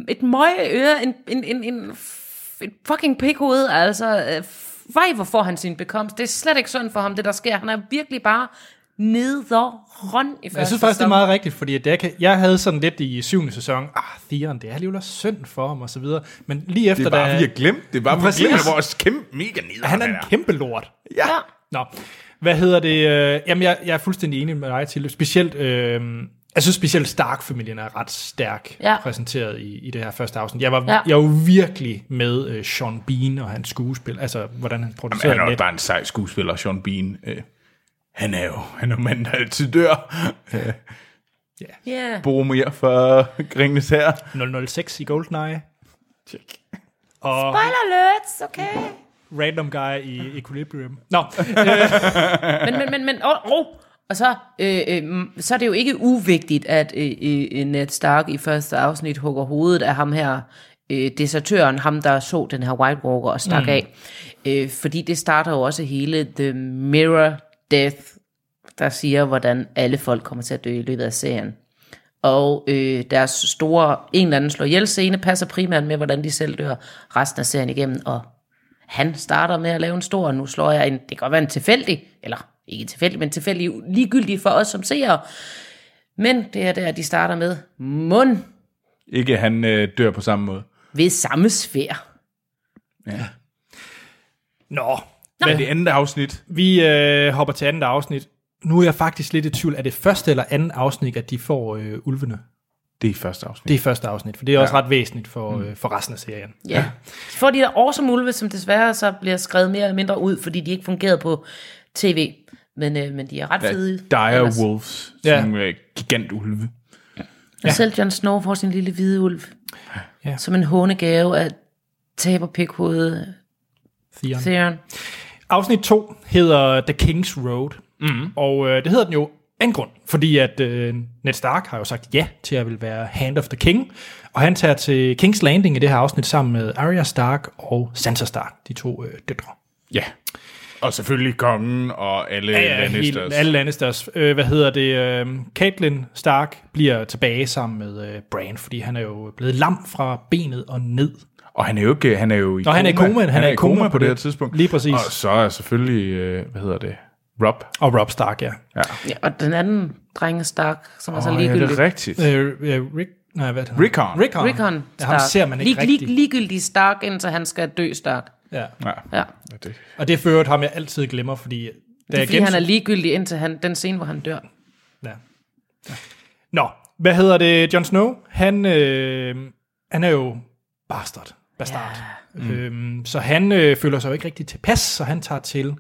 [SPEAKER 3] et møgeøre, en, en, en, en, f- et fucking pikhoved, altså. øh, Fej, hvor får han sin bekomst. Det er slet ikke synd for ham, det der sker. Han er virkelig bare nederen i første
[SPEAKER 1] Jeg synes faktisk, det er
[SPEAKER 3] sæson.
[SPEAKER 1] meget rigtigt, fordi at jeg, kan, jeg havde sådan lidt i syvende sæson, ah, Theon, det er alligevel også synd for ham, og så videre. Men lige efter,
[SPEAKER 2] Det er bare,
[SPEAKER 1] da,
[SPEAKER 2] vi har glemt det. Bare, vi
[SPEAKER 1] Præcis.
[SPEAKER 2] glemmer det. Vores kæmpe mega neder.
[SPEAKER 1] han er en kæmpe lort.
[SPEAKER 2] Ja.
[SPEAKER 1] Nå, hvad hedder det? øh, Jamen, jeg, jeg er fuldstændig enig med dig til. Specielt, øh, jeg synes specielt Stark-familien er ret stærk
[SPEAKER 3] Ja.
[SPEAKER 1] præsenteret i, i det her første afsnit. Jeg var,
[SPEAKER 3] Ja.
[SPEAKER 1] ja. jeg var virkelig med øh, Sean Bean og hans skuespil, altså hvordan han
[SPEAKER 2] Men
[SPEAKER 1] producerede
[SPEAKER 2] han er
[SPEAKER 1] det.
[SPEAKER 2] også bare en sej skuespiller, Sean Bean. Øh, han er jo han er manden, der altid dør. Øh,
[SPEAKER 3] Ja.
[SPEAKER 2] Boromir fra Ringenes her.
[SPEAKER 1] 006 i GoldenEye. Og
[SPEAKER 3] Spoiler alerts, okay.
[SPEAKER 1] Random Guy i Equilibrium. Nå, øh,
[SPEAKER 3] Men, men, men, men, åh, oh, oh. Og så, øh, øh, mm, så er det jo ikke uvigtigt, at øh, øh, Ned Stark i første afsnit hugger hovedet af ham her, øh, desertøren, ham der så den her White Walker og stak mm. af. Øh, fordi det starter jo også hele The Mirror Death, der siger, hvordan alle folk kommer til at dø i løbet af serien. Og øh, deres store, en eller anden slår ihjel scene, passer primært med, hvordan de selv dør resten af serien igennem. Og han starter med at lave en stor, og nu slår jeg en, det kan godt være en tilfældig, eller ikke en tilfældig, men tilfældig, ligegyldig for os som seere. Men det er der, de starter med mund
[SPEAKER 2] Ikke han øh, dør på samme måde.
[SPEAKER 3] ved samme sfære.
[SPEAKER 1] nå.
[SPEAKER 2] Men det andet afsnit,
[SPEAKER 1] Vi øh, hopper til andet afsnit. Nu er jeg faktisk lidt i tvivl, er det første eller andet afsnit, at de får øh, ulvene?
[SPEAKER 2] det er første afsnit.
[SPEAKER 1] Det er første afsnit, for det er også ret væsentligt for,
[SPEAKER 2] Mm.
[SPEAKER 1] øh, for resten af serien.
[SPEAKER 3] Ja. De får de der awesome ulve, som desværre så bliver skrevet mere eller mindre ud, fordi de ikke fungerede på tv. Men, øh, men de er ret fede.
[SPEAKER 2] Dire
[SPEAKER 3] ellers.
[SPEAKER 2] Wolves,
[SPEAKER 1] Ja.
[SPEAKER 2] som er gigantulve.
[SPEAKER 3] Og selv Jon Snow får sin lille hvide ulv.
[SPEAKER 1] Ja.
[SPEAKER 3] Som en hånegave af taberpikhovedet
[SPEAKER 1] Theon.
[SPEAKER 3] Theron.
[SPEAKER 1] Mhm. Afsnit 2 hedder The King's Road, mm. og øh, det hedder den jo af en grund. Fordi at øh, Ned Stark har jo sagt ja til at vil være Hand of the King, og han tager til King's Landing i det her afsnit sammen med Arya Stark og Sansa Stark, de to øh, døtre.
[SPEAKER 2] Ja. Og selvfølgelig kongen og alle ja, ja, Lannisters.
[SPEAKER 1] Hele, alle Lannisters. Øh, hvad hedder det? Øh, Catelyn Stark bliver tilbage sammen med øh, Bran, fordi han er jo blevet lam fra benet og ned.
[SPEAKER 2] Og han er jo ikke, han er jo i
[SPEAKER 1] Nå, han er i koma. Han er i koma
[SPEAKER 2] på
[SPEAKER 1] på
[SPEAKER 2] det her
[SPEAKER 1] det.
[SPEAKER 2] tidspunkt.
[SPEAKER 1] Lige præcis.
[SPEAKER 2] Og så er selvfølgelig, øh, hvad hedder det, Rob.
[SPEAKER 1] Og Rob Stark, ja.
[SPEAKER 2] Ja.
[SPEAKER 3] Ja, og den anden dreng er Stark, som er så
[SPEAKER 2] Åh, ja, det
[SPEAKER 3] ligegyldig.
[SPEAKER 2] er rigtigt.
[SPEAKER 1] Øh, øh, Rick, nej, hvad er det?
[SPEAKER 2] Rickon.
[SPEAKER 1] Rickon.
[SPEAKER 3] Rickon
[SPEAKER 1] Ja, ham
[SPEAKER 3] Stark.
[SPEAKER 1] ser man ikke
[SPEAKER 3] Lig- lig-
[SPEAKER 1] rigtigt.
[SPEAKER 3] Ligegyldig Stark, indtil han skal dø Stark.
[SPEAKER 1] Ja.
[SPEAKER 2] Ja.
[SPEAKER 3] Ja.
[SPEAKER 2] Ja, det.
[SPEAKER 1] Og det fører ham, jeg altid glemmer, fordi... Da
[SPEAKER 3] Det er
[SPEAKER 1] jeg
[SPEAKER 3] fordi, han
[SPEAKER 1] genså-
[SPEAKER 3] er ligegyldig indtil han, den scene, hvor han dør.
[SPEAKER 1] Ja. Nå, hvad hedder det? Jon Snow, han, øh, han er jo bastard. bastard. Ja. Mm. Øhm, så han øh, føler sig jo ikke rigtig tilpas, så han tager til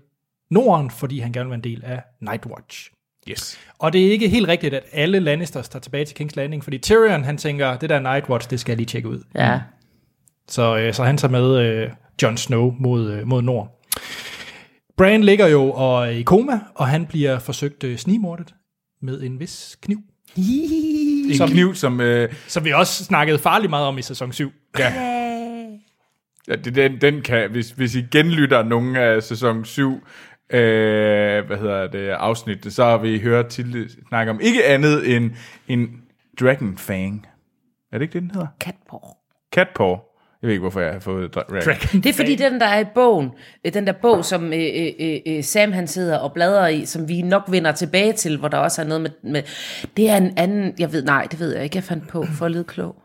[SPEAKER 1] Norden, fordi han gerne vil være en del af Nightwatch.
[SPEAKER 2] Yes.
[SPEAKER 1] Og det er ikke helt rigtigt, at alle Lannisters tager tilbage til King's Landing, fordi Tyrion, han tænker, det der Nightwatch, det skal jeg lige tjekke ud.
[SPEAKER 3] Ja.
[SPEAKER 1] Så, øh, så han tager med øh, Jon Snow mod, øh, mod nord. Bran ligger jo og er i koma, og han bliver forsøgt øh, snigmordet med en vis kniv.
[SPEAKER 2] En
[SPEAKER 1] Som-
[SPEAKER 2] kniv, som... Øh,
[SPEAKER 1] Som vi også snakkede farlig meget om i sæson 7.
[SPEAKER 2] ja. ja det, den, den kan, hvis, hvis I genlytter nogen af sæson 7, øh, hvad hedder det, afsnit, så vil I høre Tilde snakke om ikke andet end en Dragonfang. Er det ikke det, den hedder?
[SPEAKER 3] Catpaw.
[SPEAKER 2] Catpaw. Jeg ved ikke, hvorfor jeg har fået dra- dragon.
[SPEAKER 3] Det er fordi, det er den der er i bogen, øh, den der bog, som øh, øh, øh, Sam han sidder og bladrer i, som vi nok vender tilbage til, hvor der også er noget med, med... Det er en anden... Jeg ved, nej, det ved jeg ikke, jeg fandt på for at lyde klog.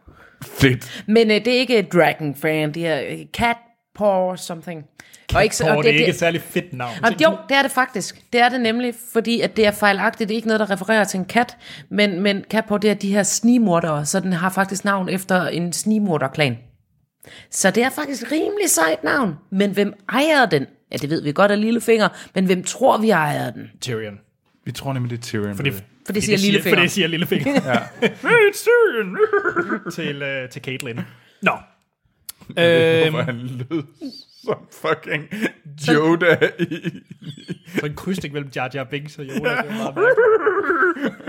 [SPEAKER 2] Fedt.
[SPEAKER 3] Men øh, det er ikke Dragon Fan, det er øh, Cat Paw something. Cat og ikke,
[SPEAKER 1] Åh, det er ikke et særlig fedt navn.
[SPEAKER 3] Jamen, jo, det er det faktisk. Det er det nemlig, fordi at det er fejlagtigt. Det er ikke noget, der refererer til en kat, men, men kat på det er de her snimordere, så den har faktisk navn efter en snimorderklan. Så det er faktisk et rimelig sejt navn. Men hvem ejer den? Ja, det ved vi godt af Lillefinger, men hvem tror vi ejer den?
[SPEAKER 1] Tyrion. Øh,
[SPEAKER 2] Vi tror nemlig, det er Tyrion.
[SPEAKER 1] Fordi,
[SPEAKER 2] der ved
[SPEAKER 3] For det siger Lillefinger.
[SPEAKER 1] For det siger Lillefinger. ja. Hey, it's Tyrion! til, øh, til Caitlyn. Nå.
[SPEAKER 2] det.
[SPEAKER 1] Øhm,
[SPEAKER 2] Hvorfor han lød som fucking Yoda i...
[SPEAKER 1] så en krydsning mellem Jar Jar Binks og Yoda. det var meget mærkeligt.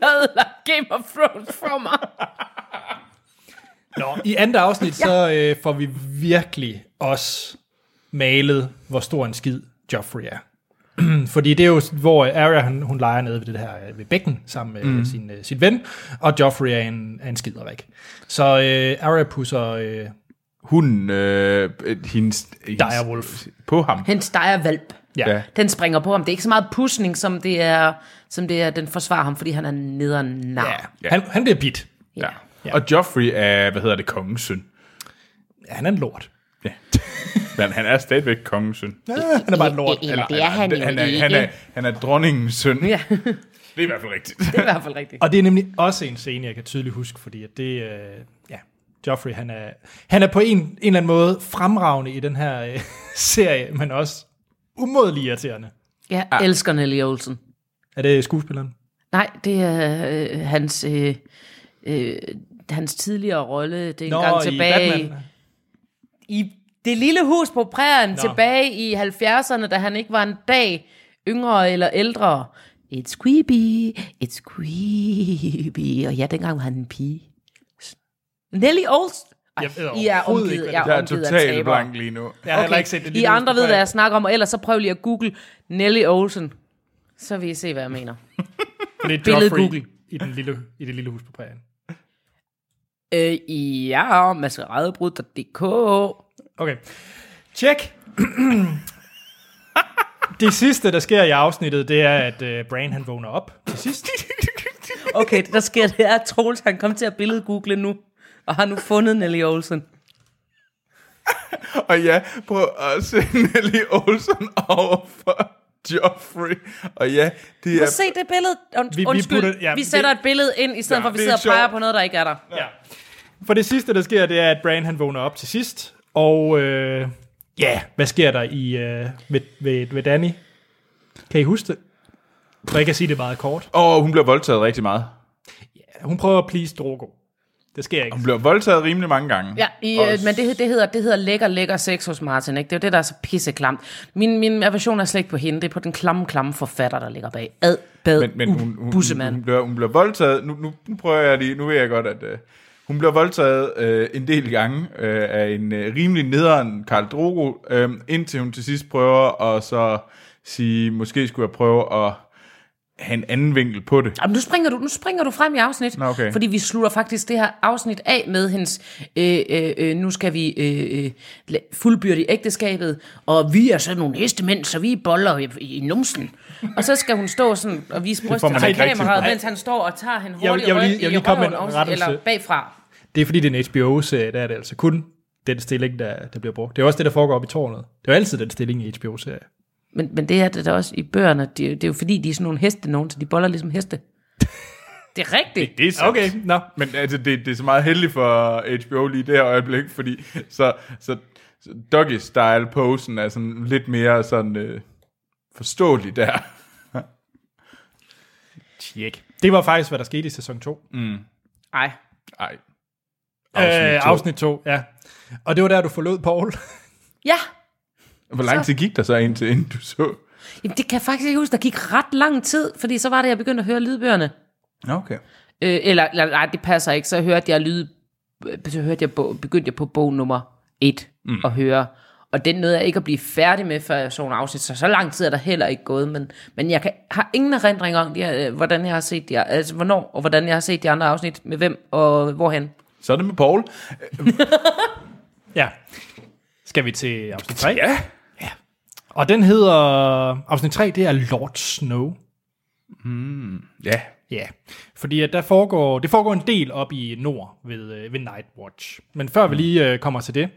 [SPEAKER 3] Jeg havde lagt Game of Thrones for mig.
[SPEAKER 1] Nå, i andet afsnit, så øh, får vi virkelig også malet, hvor stor en skid Joffrey er. Fordi det er jo, hvor Arya, hun, hun leger nede ved det her øh, ved bækken sammen med mm. sin, øh, sin ven, og Joffrey er en, er en skiderik. Så øh, Arya pusser øh,
[SPEAKER 2] Hun, øh, hendes, hendes...
[SPEAKER 1] Direwolf.
[SPEAKER 2] På ham.
[SPEAKER 3] Hendes valp.
[SPEAKER 1] ja,
[SPEAKER 2] Ja.
[SPEAKER 1] ja.
[SPEAKER 3] Den springer på ham. Det er ikke så meget pushning, som det er, som det er den forsvarer ham, fordi han er nederen nar.
[SPEAKER 1] Ja. Han, han bliver bidt.
[SPEAKER 2] Ja. Og Joffrey er, hvad hedder det, kongens søn.
[SPEAKER 1] Ja, han er en lort.
[SPEAKER 2] Ja. Men han er stadigvæk kongens søn.
[SPEAKER 1] Ja, han er bare en lort.
[SPEAKER 3] Eller det er han jo
[SPEAKER 2] han, er,
[SPEAKER 3] ikke.
[SPEAKER 2] han, er, han er dronningens søn.
[SPEAKER 3] Ja,
[SPEAKER 2] Det er i hvert fald rigtigt.
[SPEAKER 3] det er i hvert fald rigtigt.
[SPEAKER 1] Og det er nemlig også en scene, jeg kan tydeligt huske, fordi at det, øh, ja, Joffrey, han er, han er på en, en eller anden måde fremragende i den her øh, serie, men også umådelig irriterende.
[SPEAKER 3] Jeg
[SPEAKER 1] Ah.
[SPEAKER 3] elsker Nelly Olsen.
[SPEAKER 1] Er det skuespilleren?
[SPEAKER 3] Nej, det er øh, hans, øh, øh, hans tidligere rolle. Det er en
[SPEAKER 1] Nå,
[SPEAKER 3] gang
[SPEAKER 1] i
[SPEAKER 3] tilbage
[SPEAKER 1] Batman.
[SPEAKER 3] i det lille hus på prærien Nå. tilbage i 70'erne, da han ikke var en dag yngre eller ældre. It's creepy, it's creepy. Og ja, dengang var han en pige. Nelly Olsen. Ej,
[SPEAKER 1] Jeg ved
[SPEAKER 3] I er
[SPEAKER 1] overhovedet ikke,
[SPEAKER 3] omgivet,
[SPEAKER 1] hvad det
[SPEAKER 2] Jeg
[SPEAKER 3] jeg er
[SPEAKER 2] er
[SPEAKER 3] omgivet af
[SPEAKER 2] totalt
[SPEAKER 3] tabere.
[SPEAKER 2] blank lige nu.
[SPEAKER 1] Jeg har heller ikke set det.
[SPEAKER 3] I
[SPEAKER 1] lige nu.
[SPEAKER 3] andre ved, hvad jeg snakker om, og ellers så prøv lige at google Nelly Olsen. Så vil I se, hvad jeg mener.
[SPEAKER 1] Det er
[SPEAKER 3] Billedet
[SPEAKER 1] Joffrey
[SPEAKER 3] Google.
[SPEAKER 1] i, den lille, i det lille hus på prærien.
[SPEAKER 3] Øh, ja, maskeradebrud.dk.
[SPEAKER 1] Okay. Tjek. det sidste, der sker i afsnittet, det er, at øh, Bran han vågner op til sidst.
[SPEAKER 3] Okay, det der sker, det er, at Troels han kom til at billedgoogle nu, og har nu fundet Nelly Olsen.
[SPEAKER 2] Og ja, prøv at se Nelly Olsen over for Joffrey. Og ja, det
[SPEAKER 3] Ja.
[SPEAKER 2] er...
[SPEAKER 3] Se det billede. Und,
[SPEAKER 1] Vi- vi
[SPEAKER 3] undskyld, vi,
[SPEAKER 1] putter- ja,
[SPEAKER 3] vi
[SPEAKER 1] det-
[SPEAKER 3] sætter et billede ind, i stedet
[SPEAKER 2] Ja,
[SPEAKER 3] ja, for at
[SPEAKER 2] det er
[SPEAKER 3] vi sidder og
[SPEAKER 2] sjovt.
[SPEAKER 3] peger på noget, der ikke er der.
[SPEAKER 1] Ja. For det sidste, der sker, det er, at Bran han vågner op til sidst, og øh, ja, hvad sker der i, øh, ved, ved, ved Danny? Kan I huske det? Så jeg kan sige det meget kort.
[SPEAKER 2] Åh, hun bliver voldtaget rigtig meget.
[SPEAKER 1] Hun prøver at please Drogo. Det sker ikke.
[SPEAKER 2] Hun bliver voldtaget rimelig mange gange.
[SPEAKER 3] Ja, i,
[SPEAKER 2] Og
[SPEAKER 3] øh, men det, det, hedder, det hedder lækker, lækker sex hos Martin, ikke? Det er jo det, der er så pisseklamt. Min, min aversion er slet ikke på hende, det er på den klamme, klamme forfatter, der ligger bag. Ad, bad,
[SPEAKER 2] men, men hun, hun,
[SPEAKER 3] bussemand.
[SPEAKER 2] hun, bliver, hun bliver voldtaget. Nu, nu, nu prøver jeg lige. Nu ved jeg godt, at øh, hun bliver voldtaget øh, en del gange øh, af en øh, rimelig nederen Karl Drogo, øh, indtil hun til sidst prøver at så sige, måske skulle jeg prøve at have en anden vinkel på det.
[SPEAKER 3] Jamen, nu, springer du, nu springer du frem i afsnit,
[SPEAKER 2] Nå, okay.
[SPEAKER 3] fordi vi slutter faktisk det her afsnit af med hendes, øh, øh, øh, nu skal vi øh, øh, la- fuldbyrde i ægteskabet, og vi er sådan nogle hestemænd, så vi boller i, i numsen. Og så skal hun stå sådan og vise
[SPEAKER 2] får man
[SPEAKER 3] brystet til
[SPEAKER 2] ikke rigtig
[SPEAKER 3] kameraet,
[SPEAKER 2] meget.
[SPEAKER 3] mens han står og tager hende
[SPEAKER 1] vil-
[SPEAKER 3] hurtigt
[SPEAKER 1] jeg vil
[SPEAKER 3] i
[SPEAKER 1] lige- jeg vil lige komme med en
[SPEAKER 3] røven, også-
[SPEAKER 1] rettelse.
[SPEAKER 3] eller bagfra.
[SPEAKER 1] Det er fordi, det er en HBO-serie, der er det altså kun den stilling, der, der bliver brugt. Det er også det, der foregår op i tårnet. Det er jo altid den stilling i HBO-serie.
[SPEAKER 3] Men, men det er det da også i bøgerne. Det, det er jo fordi, de er sådan nogle heste nogen, så de boller ligesom heste. Det er rigtigt.
[SPEAKER 2] Det er sandt.
[SPEAKER 1] Okay, nå.
[SPEAKER 2] Men altså, det, det er så meget heldigt for HBO lige i det her øjeblik, fordi så, så, så doggy-style-posen er sådan lidt mere sådan øh, forståelig der.
[SPEAKER 1] Tjek. Det var faktisk, hvad der skete i sæson 2. Mm.
[SPEAKER 3] Nej.
[SPEAKER 2] Ej.
[SPEAKER 1] Afsnit,
[SPEAKER 2] Afsnit
[SPEAKER 1] øh,
[SPEAKER 2] to.
[SPEAKER 1] afsnit 2, ja. Og det var der, du forlod Paul.
[SPEAKER 3] Ja,
[SPEAKER 2] Hvor lang tid gik der så indtil, inden du så?
[SPEAKER 3] Jamen, det kan jeg faktisk ikke huske. Der gik ret lang tid, fordi så var det, jeg begyndte at høre lydbøgerne.
[SPEAKER 2] Nå, Okay.
[SPEAKER 3] Øh, eller, eller, nej, det passer ikke. Så hørte jeg lyd, så hørte jeg, bog- begyndte jeg på bog nummer et mm. at høre. Og den nåede jeg ikke at blive færdig med, før jeg så en afsnit. Så så lang tid er der heller ikke gået. Men, men jeg kan, har ingen erindring om, de, her, øh, hvordan jeg har set de, altså, hvornår og hvordan jeg har set de andre afsnit, med hvem og hvorhen.
[SPEAKER 2] Så er det med Paul.
[SPEAKER 1] Ja. Skal vi til afsnit 3? Ja. ja. Og den hedder... Afsnit 3, det er Lord Snow.
[SPEAKER 2] Ja.
[SPEAKER 1] Ja, fordi at der foregår, det foregår en del op i nord ved, øh, ved Nightwatch. Men før vi lige øh, kommer til det,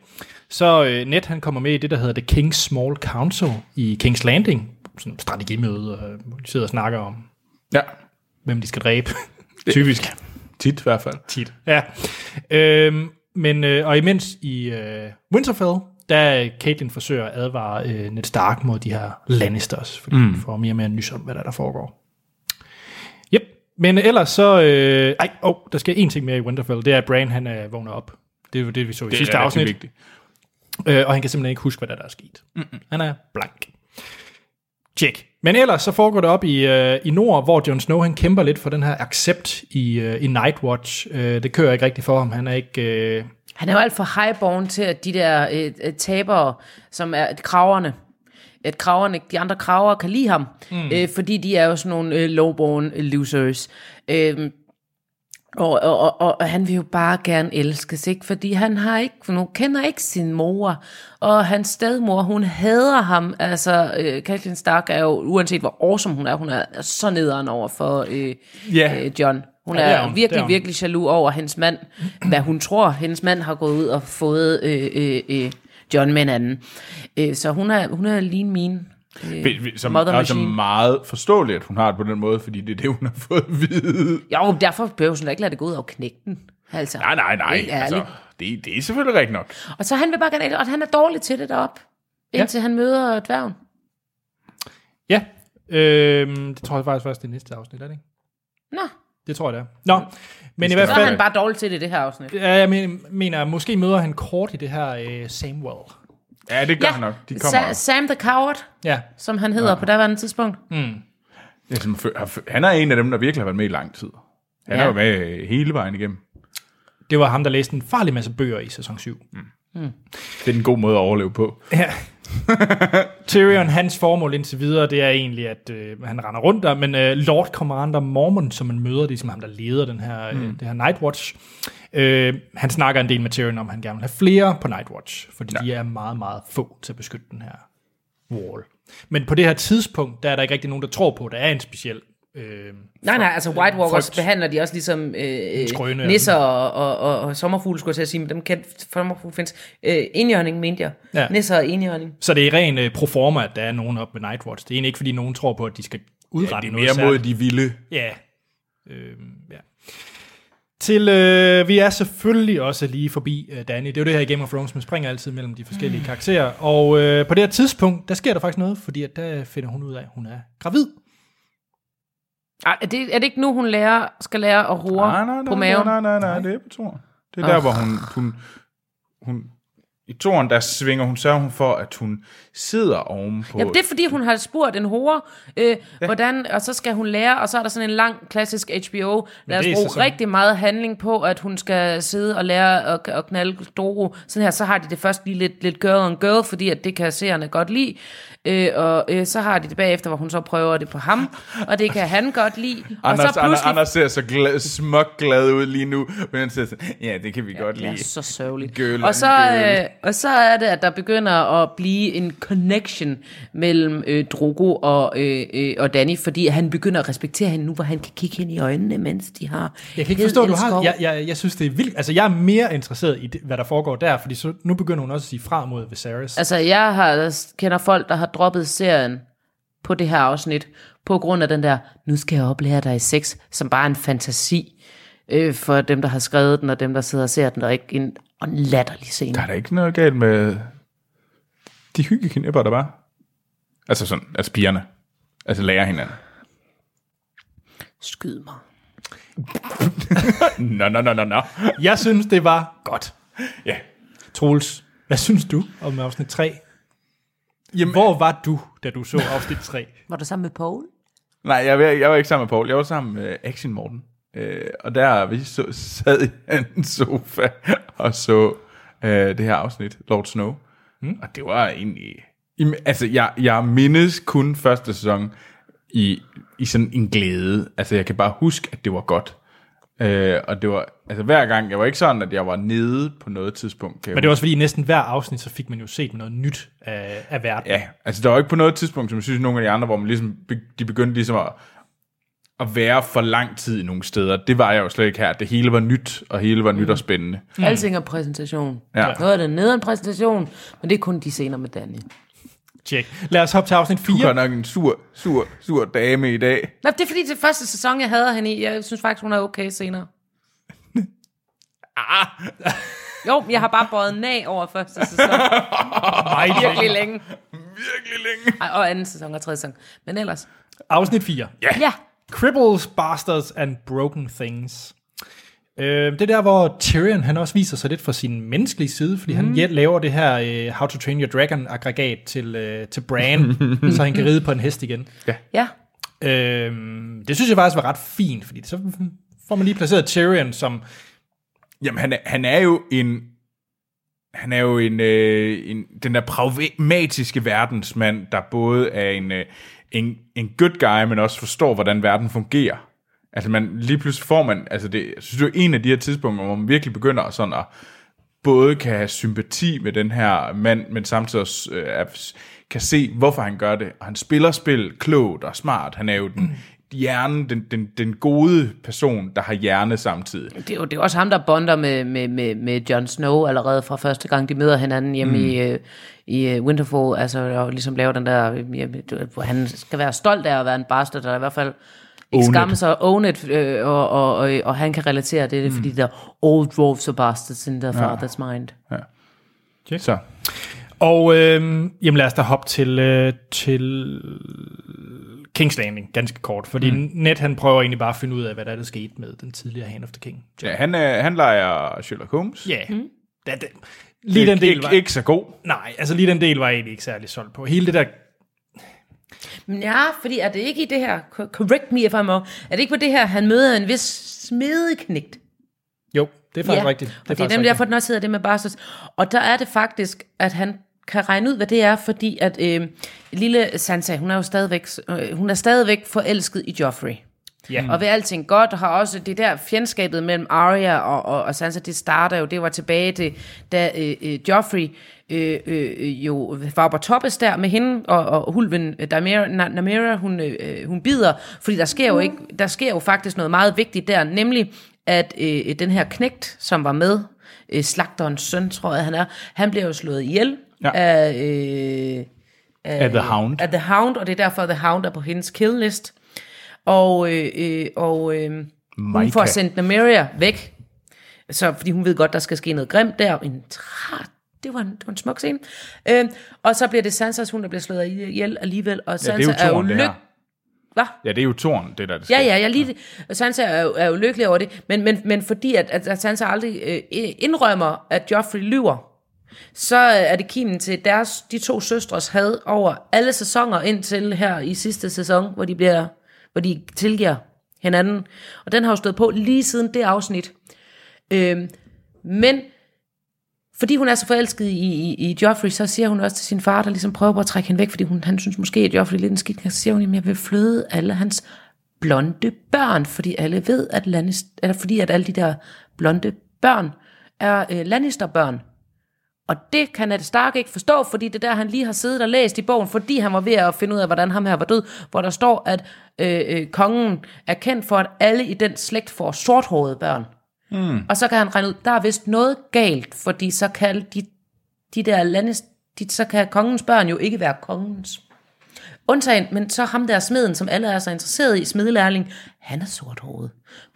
[SPEAKER 1] så øh, Ned han kommer med i det, der hedder The King's Small Council i King's Landing. Sådan et strategimøde, øh, hvor de sidder og snakker om,
[SPEAKER 2] Ja.
[SPEAKER 1] hvem de skal dræbe.
[SPEAKER 2] Typisk. Tit i hvert fald.
[SPEAKER 1] Tit. Ja. Øhm, men, øh, og imens i øh, Winterfell, der øh, Catelyn forsøger at advare øh, Ned Stark mod de her Lannisters, fordi mm. hun får mere og mere nys om, hvad der, er, der foregår. Yep. Men ellers så... Øh, ej, oh, der sker en ting mere i Winterfell, det er, at Bran han øh, vågner op. Det er jo det, vi så i det sidste
[SPEAKER 2] rigtig
[SPEAKER 1] afsnit.
[SPEAKER 2] vigtigt.
[SPEAKER 1] Øh, og han kan simpelthen ikke huske, hvad der, der er sket. Mm-mm. Han er blank. Tjek. Men ellers så foregår det op i, øh, i nord, hvor Jon Snow han kæmper lidt for den her accept i, øh, i Nightwatch. Øh, det kører ikke rigtigt for ham. Han er ikke... Øh,
[SPEAKER 3] Han er jo alt for highborn til, at de der øh, øh, tabere, som er at kraverne, at kraverne, de andre kraver kan lide ham, mm. øh, fordi de er jo sådan nogle øh, lowborn losers. Øh, og, og, og, og, og han vil jo bare gerne elskes, ikke? Fordi han har ikke, for nu kender ikke sin mor, og hans stedmor, hun hader ham. Altså, øh, Catelyn Stark er jo, uanset hvor awesome hun er, hun er så nederen over for øh,
[SPEAKER 2] Ja.
[SPEAKER 3] øh, John. Hun
[SPEAKER 1] Ja,
[SPEAKER 3] er,
[SPEAKER 1] det er
[SPEAKER 3] er
[SPEAKER 1] hun. Det er
[SPEAKER 3] virkelig,
[SPEAKER 1] hun.
[SPEAKER 3] virkelig jaloux over hendes mand, hvad hun tror, hendes mand har gået ud og fået øh, øh, øh, John med en anden. Øh, så hun er, hun er lean mean.
[SPEAKER 2] Vi- vi- Som
[SPEAKER 3] Mother
[SPEAKER 2] er også
[SPEAKER 3] Machine.
[SPEAKER 2] meget forståeligt, at hun har det på den måde, fordi det er det, hun har fået at vide.
[SPEAKER 3] Jo, derfor behøver hun da ikke lade det gå ud og knække den. Altså,
[SPEAKER 2] Nej, nej, nej.
[SPEAKER 3] Helt ærligt.
[SPEAKER 2] det, det er selvfølgelig rigtigt nok.
[SPEAKER 3] Og så han vil bare gerne, og han er dårlig til det derop, indtil ja. han møder dværgen.
[SPEAKER 1] ja, øh, det tror jeg faktisk først det er næste afsnit, er det ikke?
[SPEAKER 3] Nå,
[SPEAKER 1] Det tror jeg, det er. Nå, men i
[SPEAKER 2] skal
[SPEAKER 1] hvert
[SPEAKER 3] så er
[SPEAKER 1] fald...
[SPEAKER 3] han bare dårlig til det i det her afsnit.
[SPEAKER 1] Ja, jeg men- mener, måske møder han kort i det her øh, Samwell.
[SPEAKER 2] Ja, det gør ja. nok. De kommer.
[SPEAKER 3] Sa- Sam the Coward,
[SPEAKER 1] Ja,
[SPEAKER 3] som han hedder ja. på daværende tidspunkt.
[SPEAKER 2] Ja, som fø- har fø- han er en af dem, der virkelig har været med i lang tid. Han ja.
[SPEAKER 3] Ja.
[SPEAKER 2] er jo med øh, hele vejen igennem.
[SPEAKER 1] det var ham, der læste en farlig masse bøger i sæson 7.
[SPEAKER 2] Det er en god måde at overleve på.
[SPEAKER 1] Ja. Tyrion, hans formål indtil videre, det er egentlig, at øh, han render rundt der, men øh, Lord Commander Mormon, som man møder, det er som ham, der leder den her, mm. øh, det her Nightwatch, øh, han snakker en del med Tyrion om, at han gerne vil have flere på Nightwatch, fordi ja. de er meget, meget få til at beskytte den her wall. Men på det her tidspunkt, der er der ikke rigtig nogen, der tror på, at der er en speciel... Øh,
[SPEAKER 3] Nej, nej, altså White Walkers
[SPEAKER 1] frygt.
[SPEAKER 3] Frygt. behandler de også ligesom øh, øh,
[SPEAKER 1] Skrøne, ja.
[SPEAKER 3] nisser og, og, og, og sommerfugle, skulle jeg til at sige, men dem kendt, sommerfugle findes. Øh, enhjørning, mente jeg.
[SPEAKER 1] Ja.
[SPEAKER 3] Ja. Nisser og enhjørning.
[SPEAKER 1] så det er ren øh, proforma, at der er nogen oppe ved Nightwatch. Det er egentlig ikke, fordi nogen tror på, at de skal udrette
[SPEAKER 2] Det er
[SPEAKER 1] noget
[SPEAKER 2] mere mod de vilde.
[SPEAKER 1] Ja. Øh, ja. Til, øh, vi er selvfølgelig også lige forbi øh, Danny. Det er jo det her i Game of Thrones, man springer altid mellem de forskellige karakterer. Og øh, på det her tidspunkt, der sker der faktisk noget, fordi at der finder hun ud af, at hun er gravid.
[SPEAKER 3] Ej, er det, er det ikke nu, hun lærer, skal lære at roe
[SPEAKER 2] Nej, nej, nej,
[SPEAKER 3] på maven?
[SPEAKER 2] Nej, nej, nej, det er på toren. Det er der, hvor hun, hun, hun i toren, der svinger hun, sørger hun for, at hun sidder ovenpå.
[SPEAKER 3] Jamen, det er fordi, hun har spurgt en hore, øh, ja. hvordan, og så skal hun lære, og så er der sådan en lang, klassisk HBO. Lad os
[SPEAKER 2] det er
[SPEAKER 3] bruge
[SPEAKER 2] så sådan-
[SPEAKER 3] rigtig meget handling på, at hun skal sidde og lære at, at knalde Doro. Sådan her, så har de det først lige lidt, lidt girl on girl, fordi at det kan seerne godt lide. Øh, og øh, så har de det bagefter, hvor hun så prøver det på ham, og det kan han godt lide. og
[SPEAKER 2] Anders,
[SPEAKER 3] så
[SPEAKER 2] Anders, Anders ser så glad, smuk glad ud lige nu, men han siger sådan, ja, det kan vi ja, godt
[SPEAKER 3] Ja,
[SPEAKER 2] lide.
[SPEAKER 3] så sørgeligt.
[SPEAKER 2] Girl
[SPEAKER 3] og, så,
[SPEAKER 2] and girl.
[SPEAKER 3] øh, og så er det, at der begynder at blive en connection mellem øh, Drogo og, øh, øh, og Danny, fordi han begynder at respektere hende nu, hvor han kan kigge hende i øjnene, mens de har
[SPEAKER 1] Jeg kan ikke
[SPEAKER 3] hed
[SPEAKER 1] forstå, du
[SPEAKER 3] elskov.
[SPEAKER 1] har... Jeg, jeg, jeg synes, det er vildt. Altså, jeg er mere interesseret i, det, hvad der foregår der, fordi så, nu begynder hun også at sige fra mod Viserys.
[SPEAKER 3] Altså, jeg har, kender folk, der har droppet serien på det her afsnit, på grund af den der, nu skal jeg oplære dig i sex, som bare er en fantasi øh, for dem, der har skrevet den, og dem, der sidder og ser den, og ikke en, og en latterlig scene.
[SPEAKER 2] Der er da ikke noget galt med de hyggeknipper, der var. Altså sådan, altså pigerne. Altså lærer hinanden.
[SPEAKER 3] Skyd mig.
[SPEAKER 2] Nå, nå, nå, nå, nå.
[SPEAKER 1] Jeg synes, det var godt.
[SPEAKER 2] Ja.
[SPEAKER 1] Troels, hvad synes du om afsnit 3? Jamen, Hvor var du, da du så afsnit 3?
[SPEAKER 3] Var du sammen med Paul?
[SPEAKER 2] Nej, jeg, var- jeg var ikke sammen med Paul. Jeg var sammen med Action Morten. Øh, og der vi så, sad i hans sofa og så øh, det her afsnit, Lord Snow. Mm. Og det var egentlig... Jamen, Altså, jeg, jeg mindes kun første sæson i, i sådan en glæde. Altså, jeg kan bare huske, at det var godt. Øh, og det var... Altså, hver gang... Jeg var ikke sådan, at jeg var nede på noget tidspunkt. Kan jeg
[SPEAKER 1] Men det var også fordi, i næsten hver afsnit, så fik man jo set noget nyt af, af verden.
[SPEAKER 2] Ja, altså der var ikke på noget tidspunkt, som jeg synes, nogle af de andre, hvor man ligesom, be- de begyndte ligesom at, at være for lang tid i nogle steder. Det var jeg jo slet ikke her. Det hele var nyt, og hele var nyt og spændende.
[SPEAKER 3] Mm. Alting er præsentation.
[SPEAKER 2] Ja.
[SPEAKER 3] Noget af det nede en præsentation, men det er kun de scener med Danny.
[SPEAKER 1] Tjek. Lad os hoppe til afsnit
[SPEAKER 2] Du
[SPEAKER 1] 4.
[SPEAKER 2] er nok en sur, sur, sur dame i dag.
[SPEAKER 3] Nå, det er fordi, det er første sæson, jeg hader hende i. Jeg synes faktisk, hun er okay senere. ah. jo, jeg har bare båret den af over første sæson
[SPEAKER 1] Nej,
[SPEAKER 3] virkelig længe.
[SPEAKER 2] Virkelig længe.
[SPEAKER 3] Ej, og anden sæson og tredje sæson. Men ellers,
[SPEAKER 1] Afsnit 4.
[SPEAKER 3] ja.
[SPEAKER 1] Cripples, Bastards and Broken Things. Øh, det er der, hvor Tyrion han også viser sig lidt fra sin menneskelige side, fordi mm. han ja- laver det her øh, How to Train Your Dragon-aggregat til, øh, til Bran, så han kan ride på en hest igen.
[SPEAKER 3] Ja.
[SPEAKER 1] Øh, det synes jeg faktisk var ret fint, fordi så får man lige placeret Tyrion som...
[SPEAKER 2] Jamen, han er, han er jo en... Han er jo en, øh, en, den der pragmatiske verdensmand, der både er en, øh, en, en good guy, men også forstår, hvordan verden fungerer. Altså man, lige pludselig får man, altså det, jeg synes det er en af de her tidspunkter, hvor man virkelig begynder sådan at både kan have sympati med den her mand, men samtidig også øh, er- kan se, hvorfor han gør det. Og han spiller spil klogt og smart. Han er jo den, hjernen, den, den, den gode person, der har hjerne samtidig.
[SPEAKER 3] Det er, jo, det er jo også ham, der bonder med, med, med, med Jon Snow allerede fra første gang, de møder hinanden hjemme mm. i, øh, i øh, Winterfell, altså og ligesom laver den der, øh, jamen, du ved, hvor han skal være stolt af at være en bastard, eller i hvert fald ikke
[SPEAKER 2] Own
[SPEAKER 3] skamme sig, own it, øh, og, og, og, og han kan relatere det, mm. fordi der old dwarves are bastards in their father's mind.
[SPEAKER 2] Så
[SPEAKER 1] Og øh, jamen lad os da hoppe til, øh, til King's Landing ganske kort, fordi mm. Ned han prøver egentlig bare at finde ud af, hvad der er, der skete med den tidligere Hand of the King.
[SPEAKER 2] Ja, han, øh, han leger Sherlock Holmes.
[SPEAKER 1] Ja, yeah. mm. lige den del
[SPEAKER 2] ikke,
[SPEAKER 1] var...
[SPEAKER 2] ikke, ikke så god.
[SPEAKER 1] Nej, altså lige den del var jeg egentlig ikke særlig solgt på. Hele det der...
[SPEAKER 3] Men Ja, fordi er det ikke i det her, co- correct me if I'm wrong, er det ikke på det her, han møder en vis smedeknægt?
[SPEAKER 1] Jo, det er faktisk ja. rigtigt.
[SPEAKER 3] Det er, og det er nemlig derfor, den også hedder det med Bastards. Og der er det faktisk, at han kan regne ud, hvad det er, fordi at øh, lille Sansa, hun er jo stadigvæk, øh, hun er stadigvæk forelsket i Joffrey.
[SPEAKER 1] Ja.
[SPEAKER 3] Og ved alting godt, og har også det der fjendskabet mellem Arya og, og, og Sansa, det starter jo, det var tilbage til, da øh, øh, Joffrey øh, øh, øh, jo var på toppes der med hende, og, og hulven øh, Daemira, Na- Namira, hun, øh, hun bider, fordi der sker, jo ikke, der sker jo faktisk noget meget vigtigt der, nemlig at øh, den her knægt, som var med, øh, slagterens søn, tror jeg han er, han bliver jo slået ihjel
[SPEAKER 2] Ja.
[SPEAKER 3] af, øh,
[SPEAKER 2] Af The Hound.
[SPEAKER 3] af The Hound, og det er derfor, The Hound er på hendes kill list. Og, øh, øh, og øh, hun
[SPEAKER 2] Micah.
[SPEAKER 3] får sendt Nymeria væk, så, fordi hun ved godt, der skal ske noget grimt der. En tra- det var en, det var en smuk scene. Øh, og så bliver det Sansas hund, der bliver slået ihjel alligevel,
[SPEAKER 2] Ja,
[SPEAKER 3] og
[SPEAKER 2] det
[SPEAKER 3] Sansa
[SPEAKER 2] er jo
[SPEAKER 3] er jo
[SPEAKER 2] toren, det
[SPEAKER 3] lykkelig.
[SPEAKER 2] her.
[SPEAKER 3] Hvad?
[SPEAKER 2] Ja, det er jo toren, det der, det
[SPEAKER 3] Ja,
[SPEAKER 2] sker.
[SPEAKER 3] ja, jeg lige det. Sansa er jo, er jo lykkelig over det, men, men, men fordi at, at at Sansa aldrig øh, indrømmer, at Joffrey lyver, så øh, er det kimen til deres, de to søstres had over alle sæsoner indtil her i sidste sæson, hvor de, bliver, hvor de tilgiver hinanden. Og den har jo stået på lige siden det afsnit. Øhm, men fordi hun er så forelsket i, i, i Joffrey, så siger hun også til sin far, der ligesom prøver på at trække hende væk, fordi hun, han synes måske, at Joffrey er lidt en skidt, så siger hun, at jeg vil fløde alle hans blonde børn, fordi alle ved, at Lannister, eller fordi at alle de der blonde børn er øh, Lannister-børn. Og det kan Ned Stark ikke forstå, fordi det er der, han lige har siddet og læst i bogen, fordi han var ved at finde ud af, hvordan ham her var død, hvor der står, at øh, øh, kongen er kendt for, at alle i den slægt får sorthårede børn. Og så kan han regne ud, der er vist noget galt, fordi så kan de, de der landes, de, så kan kongens børn jo ikke være kongens. Undtagen, men så ham der smeden, som alle er så interesseret i, smedelærling, han er sorthåret.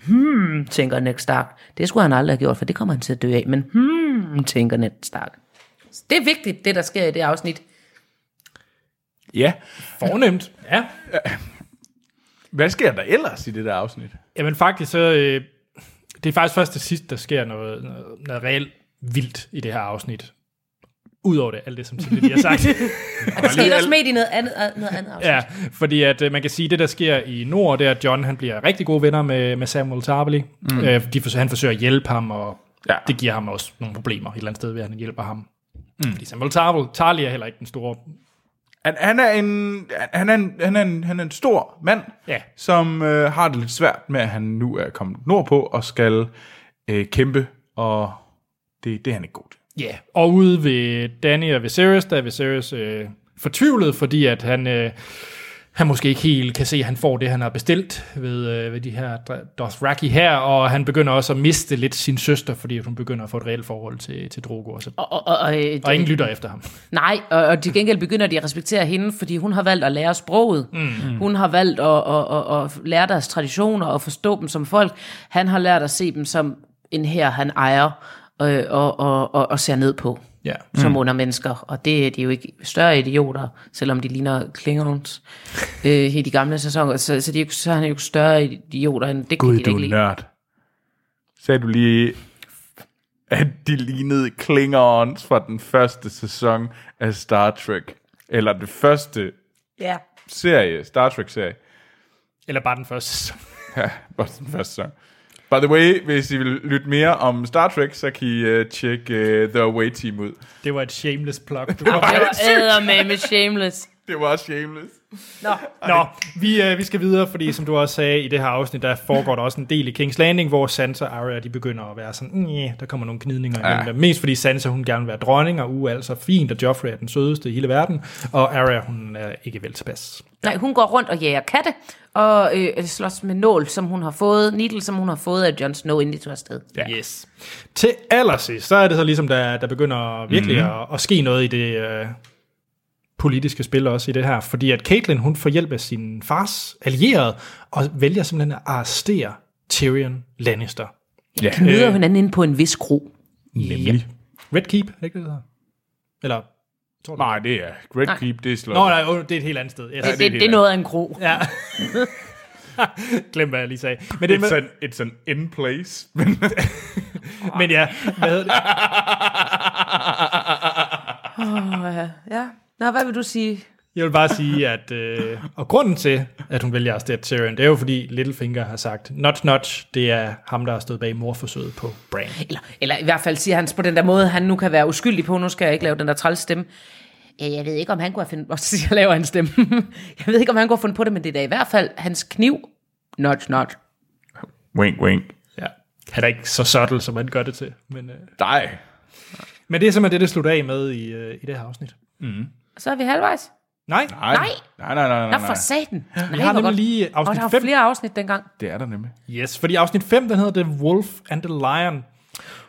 [SPEAKER 3] Hmm, tænker Ned Stark. Det skulle han aldrig have gjort, for det kommer han til at dø af, men hmm, tænker Ned Stark. Så Det er vigtigt, det der sker i det afsnit.
[SPEAKER 2] Ja.
[SPEAKER 1] Fornemt. Ja.
[SPEAKER 2] Hvad sker der ellers i det der afsnit?
[SPEAKER 1] Jamen faktisk, så, øh, det er faktisk først til sidst, der sker noget, noget, noget reelt vildt i det her afsnit. Udover det, alt det, som Silvia lige har sagt.
[SPEAKER 3] Og det skete også med i noget andet, noget andet afsnit.
[SPEAKER 1] ja, fordi at øh, man kan sige, at det, der sker i Nord, det er, at John han bliver rigtig gode venner med, med Samuel Tarpley. Mm. Øh, de forsøger, han forsøger at hjælpe ham, og
[SPEAKER 2] Ja.
[SPEAKER 1] ja. det giver ham også nogle problemer et eller andet sted, ved at han hjælper ham. Mm. Fordi Samuel Tarpley, Tarly er heller ikke den store...
[SPEAKER 2] Han, han, er, en, han, er, en, han, er, en, han er en stor mand,
[SPEAKER 1] Ja.
[SPEAKER 2] som øh, har det lidt svært med, at han nu er kommet nordpå og skal øh, kæmpe, og det, det er han ikke god til.
[SPEAKER 1] Ja, yeah. og ude ved Danny og Viserys, der er Viserys øh, fortvivlet, fordi at han, øh, han måske ikke helt kan se, at han får det, han har bestilt ved, øh, ved de her dra- Dothraki her, og han begynder også at miste lidt sin søster, fordi at hun begynder at få et reelt forhold til, til Drogo, og, så,
[SPEAKER 3] Og, og, og, og, øh,
[SPEAKER 1] og ingen lytter efter ham.
[SPEAKER 3] Nej, og, og til gengæld begynder de at respektere hende, fordi hun har valgt at lære sproget. Mm. Hun har valgt at, at, at, at lære deres traditioner og forstå dem som folk. Han har lært at se dem som en her, han ejer øh, og, og, og, og ser ned på
[SPEAKER 1] Ja.
[SPEAKER 3] som under mennesker. Og det er de jo ikke større idioter, selvom de ligner Klingons øh, i de gamle sæsoner. Så, så, de, er jo- så er han jo ikke større idioter, end det kan de da ikke lide.
[SPEAKER 2] nørd. Sagde du lige, at de lignede Klingons fra den første sæson af Star Trek? Eller den første
[SPEAKER 3] Ja.
[SPEAKER 2] serie, Star Trek-serie.
[SPEAKER 1] Eller bare den første sæson.
[SPEAKER 2] Ja, bare den første sæson. By the way, hvis I vil lytte mere om Star Trek, så kan I uh, tjekke uh, The Away Team ud.
[SPEAKER 1] Det var et shameless plug. Du kom.
[SPEAKER 3] Det var eddermame shameless.
[SPEAKER 2] Det var shameless.
[SPEAKER 1] Nå, vi, øh, vi skal videre, fordi som du også sagde i det her afsnit, der foregår der også en del i King's Landing, hvor Sansa og Arya, de begynder at være sådan, "Nye, der kommer nogle gnidninger imellem dem. Mest fordi Sansa, hun gerne vil være dronning, og uge altså fint, og Joffrey er den sødeste i hele verden, og Arya, hun er ikke vel tilpas.
[SPEAKER 3] Nej, hun går rundt og jager katte, og øh, slås med nål, som hun har fået, needle, som hun har fået af Jon Snow, inden de tog afsted.
[SPEAKER 1] Ja. Yes. Til allersidst, så er det så ligesom, der, der begynder virkelig mm-hmm. at, at ske noget i det øh, politiske spil også i det her, fordi at Caitlyn, hun får hjælp af sin fars allierede, og vælger simpelthen at arrestere Tyrion Lannister.
[SPEAKER 2] Ja.
[SPEAKER 3] Møder øh. hinanden inde på en vis kro.
[SPEAKER 1] Nemlig. Ja. Red Keep, er det ikke det, det hedder? Eller... Tror du?
[SPEAKER 2] Nej, det er Red
[SPEAKER 3] Nej.
[SPEAKER 2] Keep, det er slået.
[SPEAKER 1] Nå, nej, åh, det er et helt andet sted. Yes.
[SPEAKER 3] Ja,
[SPEAKER 1] Ja,
[SPEAKER 3] det,
[SPEAKER 1] det,
[SPEAKER 3] det, det er noget af en kro. Ja.
[SPEAKER 1] glem, hvad jeg lige sagde. Men, det,
[SPEAKER 2] It's
[SPEAKER 1] med,
[SPEAKER 2] an, it's an in place.
[SPEAKER 1] men ja, hvad hedder det?
[SPEAKER 3] ja. Nå, hvad vil du sige?
[SPEAKER 1] Jeg vil bare sige, at... Øh, og grunden til, at hun vælger at stætte Tyrion, det er jo fordi Littlefinger har sagt, not not, det er ham, der har stået bag morforsøget på Bran.
[SPEAKER 3] Eller, eller i hvert fald siger han på den der måde, han nu kan være uskyldig på, nu skal jeg ikke lave den der træls stemme. Øh, Jeg ved ikke, om han kunne have fundet... Og så siger jeg, laver han stemme. jeg ved ikke, om han kunne have fundet på det, men det er da i hvert fald hans kniv. Not, not.
[SPEAKER 2] wink, wink.
[SPEAKER 1] Ja. Han er ikke så subtle, som han gør det til. Men, øh,
[SPEAKER 2] Nej.
[SPEAKER 1] men det er simpelthen det, det slutter af med i, øh, i det her afsnit.
[SPEAKER 3] Så er vi halvvejs.
[SPEAKER 1] Nej,
[SPEAKER 2] Nej. Nej, nej, nej, nej,
[SPEAKER 3] Nå,
[SPEAKER 2] nej.
[SPEAKER 3] for satan. Nej,
[SPEAKER 1] vi har nemlig lige
[SPEAKER 3] Og der
[SPEAKER 1] afsnit
[SPEAKER 3] var
[SPEAKER 1] 5.
[SPEAKER 3] flere afsnit dengang.
[SPEAKER 2] Det er der nemlig.
[SPEAKER 1] Yes, fordi afsnit 5, den hedder The Wolf and the Lion.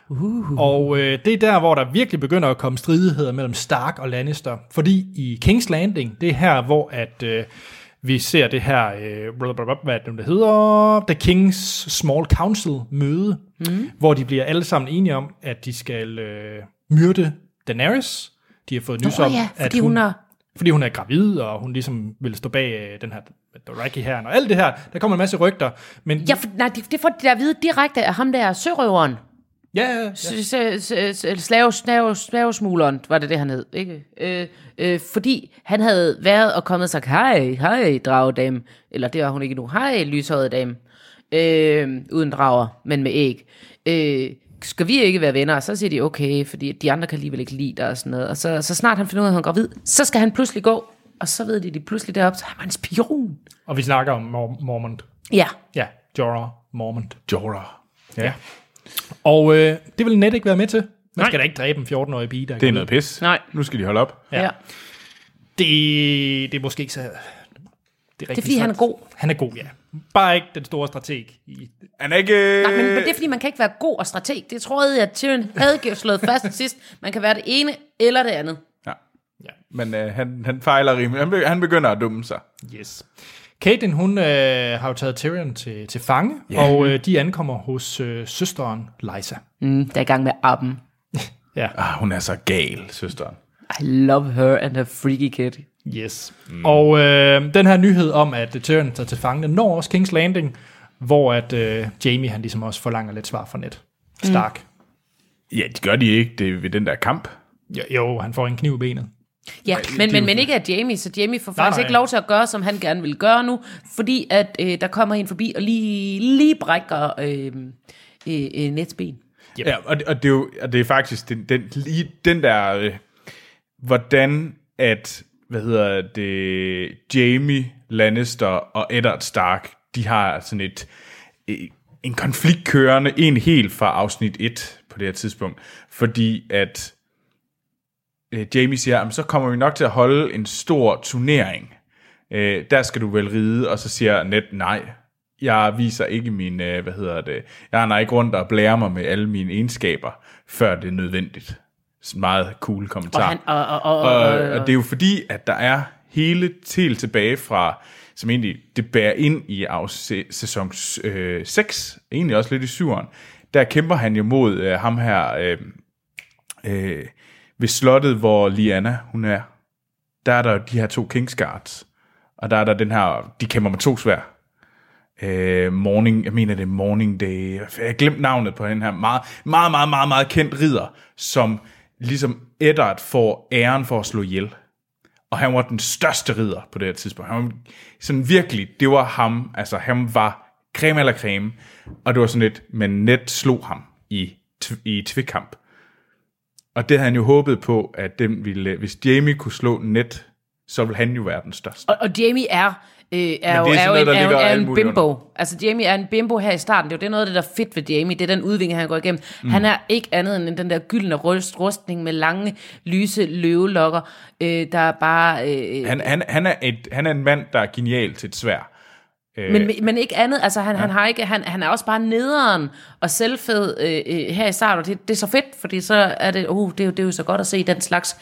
[SPEAKER 1] Uhuh. Og øh, det er der, hvor der virkelig begynder at komme stridigheder mellem Stark og Lannister. Fordi i King's Landing, det er her, hvor at, øh, vi ser det her, øh, blablabla, hvad er det, nu, det hedder, The King's Small Council møde, mm. hvor de bliver alle sammen enige om, at de skal øh, myrde Daenerys. De har fået nys
[SPEAKER 3] Nå
[SPEAKER 1] om,
[SPEAKER 3] ja,
[SPEAKER 1] at
[SPEAKER 3] fordi hun har-
[SPEAKER 1] fordi hun er gravid, og hun ligesom vil stå bag øh, den her Doraki her og alt det her. Der kommer en masse rygter. Men
[SPEAKER 3] Ja, for, nej, det, det får de der at vide direkte af ham der, sørøveren.
[SPEAKER 1] ja, ja, ja.
[SPEAKER 3] S- s- s- s- Slave, slave, slavesmugleren, var det det, han hed, ikke? Øh, øh, fordi han havde været og kommet og sagt, hej, hej, dragedame. Eller det var hun ikke nu. Hej, lyshøjet dame. Øh, uden drager, men med æg. Øh, skal vi ikke være venner? Og så siger de, okay, fordi de andre kan alligevel ikke lide dig og sådan noget. Og så, så snart han finder ud af, at han går gravid, så skal han pludselig gå. Og så ved de, de pludselig deroppe, så er han en spion.
[SPEAKER 1] Og vi snakker om Mor- Mormont.
[SPEAKER 3] Ja,
[SPEAKER 1] Ja, Jorah Mormont.
[SPEAKER 2] Jorah.
[SPEAKER 1] Ja. ja. Og øh, det vil net ikke være med til. Man
[SPEAKER 3] Nej.
[SPEAKER 1] skal da ikke dræbe en 14-årig pige, der
[SPEAKER 2] Det er noget pis.
[SPEAKER 3] Nej.
[SPEAKER 2] Nu skal de holde op.
[SPEAKER 3] ja. ja.
[SPEAKER 1] Det, det er måske ikke så... Det er, rigtig
[SPEAKER 3] fordi, han er god.
[SPEAKER 1] Han er god, ja. Bare ikke den store strateg. I,
[SPEAKER 2] Han er ikke... øh,
[SPEAKER 3] Nej, men, men det er fordi, man kan ikke være god og strateg. Det troede jeg, at Tyrion havde givet slået fast sidst. Man kan være det ene eller det andet.
[SPEAKER 2] Ja.
[SPEAKER 1] Ja.
[SPEAKER 2] Men øh, han, han fejler rimelig. Han, be, han begynder at dumme sig.
[SPEAKER 1] yes. Caitlyn, hun øh, har jo taget Tyrion til, til fange, yeah. og øh, de ankommer hos øh, søsteren Lysa.
[SPEAKER 3] Mm, der er i gang med appen.
[SPEAKER 1] Ja,
[SPEAKER 2] Ah, hun er så gal, søsteren.
[SPEAKER 3] I love her and her freaky kid.
[SPEAKER 1] yes. Mm. Og øh, den her nyhed om, at Tyrion tager til fange, den når også King's Landing, hvor at øh, Jamie han ligesom også forlanger lidt svar fra Ned. Stark.
[SPEAKER 2] Ja, det gør de ikke. Det er ved den der kamp.
[SPEAKER 1] Mm. Jo, jo, han får en kniv i benet.
[SPEAKER 3] Ja, men, men, men ikke af Jamie, så Jamie får faktisk
[SPEAKER 1] nej.
[SPEAKER 3] ikke lov til at gøre, som han gerne vil gøre nu, fordi at øh, der kommer en forbi og lige, lige brækker øh, øh, øh, netsben.
[SPEAKER 1] Yep.
[SPEAKER 2] Ja, og det, og det, er, jo, og det er faktisk den, den, lige den der, øh, hvordan at, hvad hedder det, Jamie Lannister og Eddard Stark, de har sådan et, øh, en konflikt kørende, en helt fra afsnit 1 på det her tidspunkt, fordi at øh, Jamie siger, "Jamen, så kommer vi nok til at holde en stor turnering. Øh, der skal du vel ride, og så siger net nej. Jeg viser ikke min, øh, hvad hedder det, jeg render ikke rundt og blærer mig med alle mine egenskaber, før det er nødvendigt. Sådan en meget cool kommentar.
[SPEAKER 3] Og, han, og, og, og,
[SPEAKER 2] Og,
[SPEAKER 3] og,
[SPEAKER 2] og det er jo fordi, at der er hele til tilbage fra, som egentlig det bærer ind i afse- sæson øh, 6, egentlig også lidt i 7'eren, der kæmper han jo mod øh, ham her øh, øh, ved slottet, hvor Liana hun er. Der er der jo de her to Kingsguards, og der er der den her, de kæmper med to svær. Øh, morning, jeg mener det er Morning Day, jeg har glemt navnet på den her meget, meget, meget, meget, meget kendt ridder, som ligesom Eddard får æren for at slå ihjel. Og han var den største ridder på det her tidspunkt. Han var sådan virkelig, det var ham, altså han var creme eller creme, og det var sådan lidt, men net slog ham i, tv- i tvikamp. Og det havde han jo håbet på, at den ville, hvis Jamie kunne slå net, så ville han jo være den største.
[SPEAKER 3] Og, og Jamie er, øh, er, jo,
[SPEAKER 2] det er
[SPEAKER 3] er,
[SPEAKER 2] sådan
[SPEAKER 3] jo
[SPEAKER 2] noget,
[SPEAKER 3] en,
[SPEAKER 2] der
[SPEAKER 3] er, jo,
[SPEAKER 2] ligger
[SPEAKER 3] er
[SPEAKER 2] alt
[SPEAKER 3] en
[SPEAKER 2] muligt
[SPEAKER 3] bimbo. Altså Jamie er en bimbo her i starten. Det er jo det noget af det, der er fedt ved Jamie. Det er den udvikling, han går igennem. Mm. Han er ikke andet end den der gyldne rust, rustning med lange, lyse løvelokker, øh, der er bare... Øh,
[SPEAKER 2] Han, han, han, er et, han er en mand, der er genial til et svær. Øh.
[SPEAKER 3] men, men ikke andet. Altså han, ja. han, har ikke, han, han er også bare nederen og selvfed øh, øh, her i starten. Og det, det er så fedt, fordi så er det... Uh, det, er jo, det er jo så godt at se den slags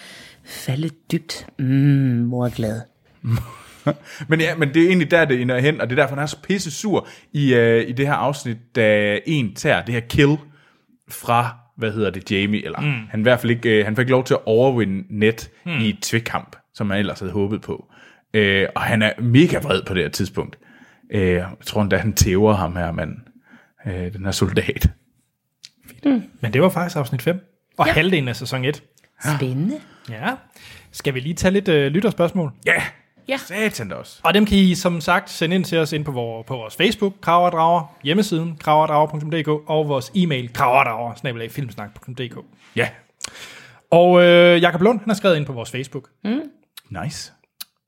[SPEAKER 3] falde dybt. Mm, mor er glad.
[SPEAKER 2] Men, ja, men det er egentlig der, det ender hen, og det er derfor, han er så pisse sur i, øh, i det her afsnit, da en tager det her kill fra, hvad hedder det, Jamie, eller mm. han i hvert fald ikke, øh, han fik lov til at overvinde net mm. i et tvikkamp, som han ellers havde håbet på. Øh, og han er mega vred på det her tidspunkt. Øh, jeg tror endda, han tæver ham her, manden. Øh, den her soldat.
[SPEAKER 1] Men det var faktisk afsnit 5, og ja. halvdelen af sæson 1.
[SPEAKER 2] Ah.
[SPEAKER 3] Spændende.
[SPEAKER 1] Ja. Skal vi lige tage lidt øh, lytterspørgsmål?
[SPEAKER 2] Ja, yeah.
[SPEAKER 3] Ja.
[SPEAKER 2] satan da også.
[SPEAKER 1] Og dem kan I som sagt sende ind til os ind på, vores, på vores Facebook, Kraverdrager, hjemmesiden kraverdrager.dk og vores e-mail kraverdrager
[SPEAKER 2] Ja,
[SPEAKER 1] Og øh, Jakob Lund, han har skrevet ind på vores Facebook,
[SPEAKER 2] nice.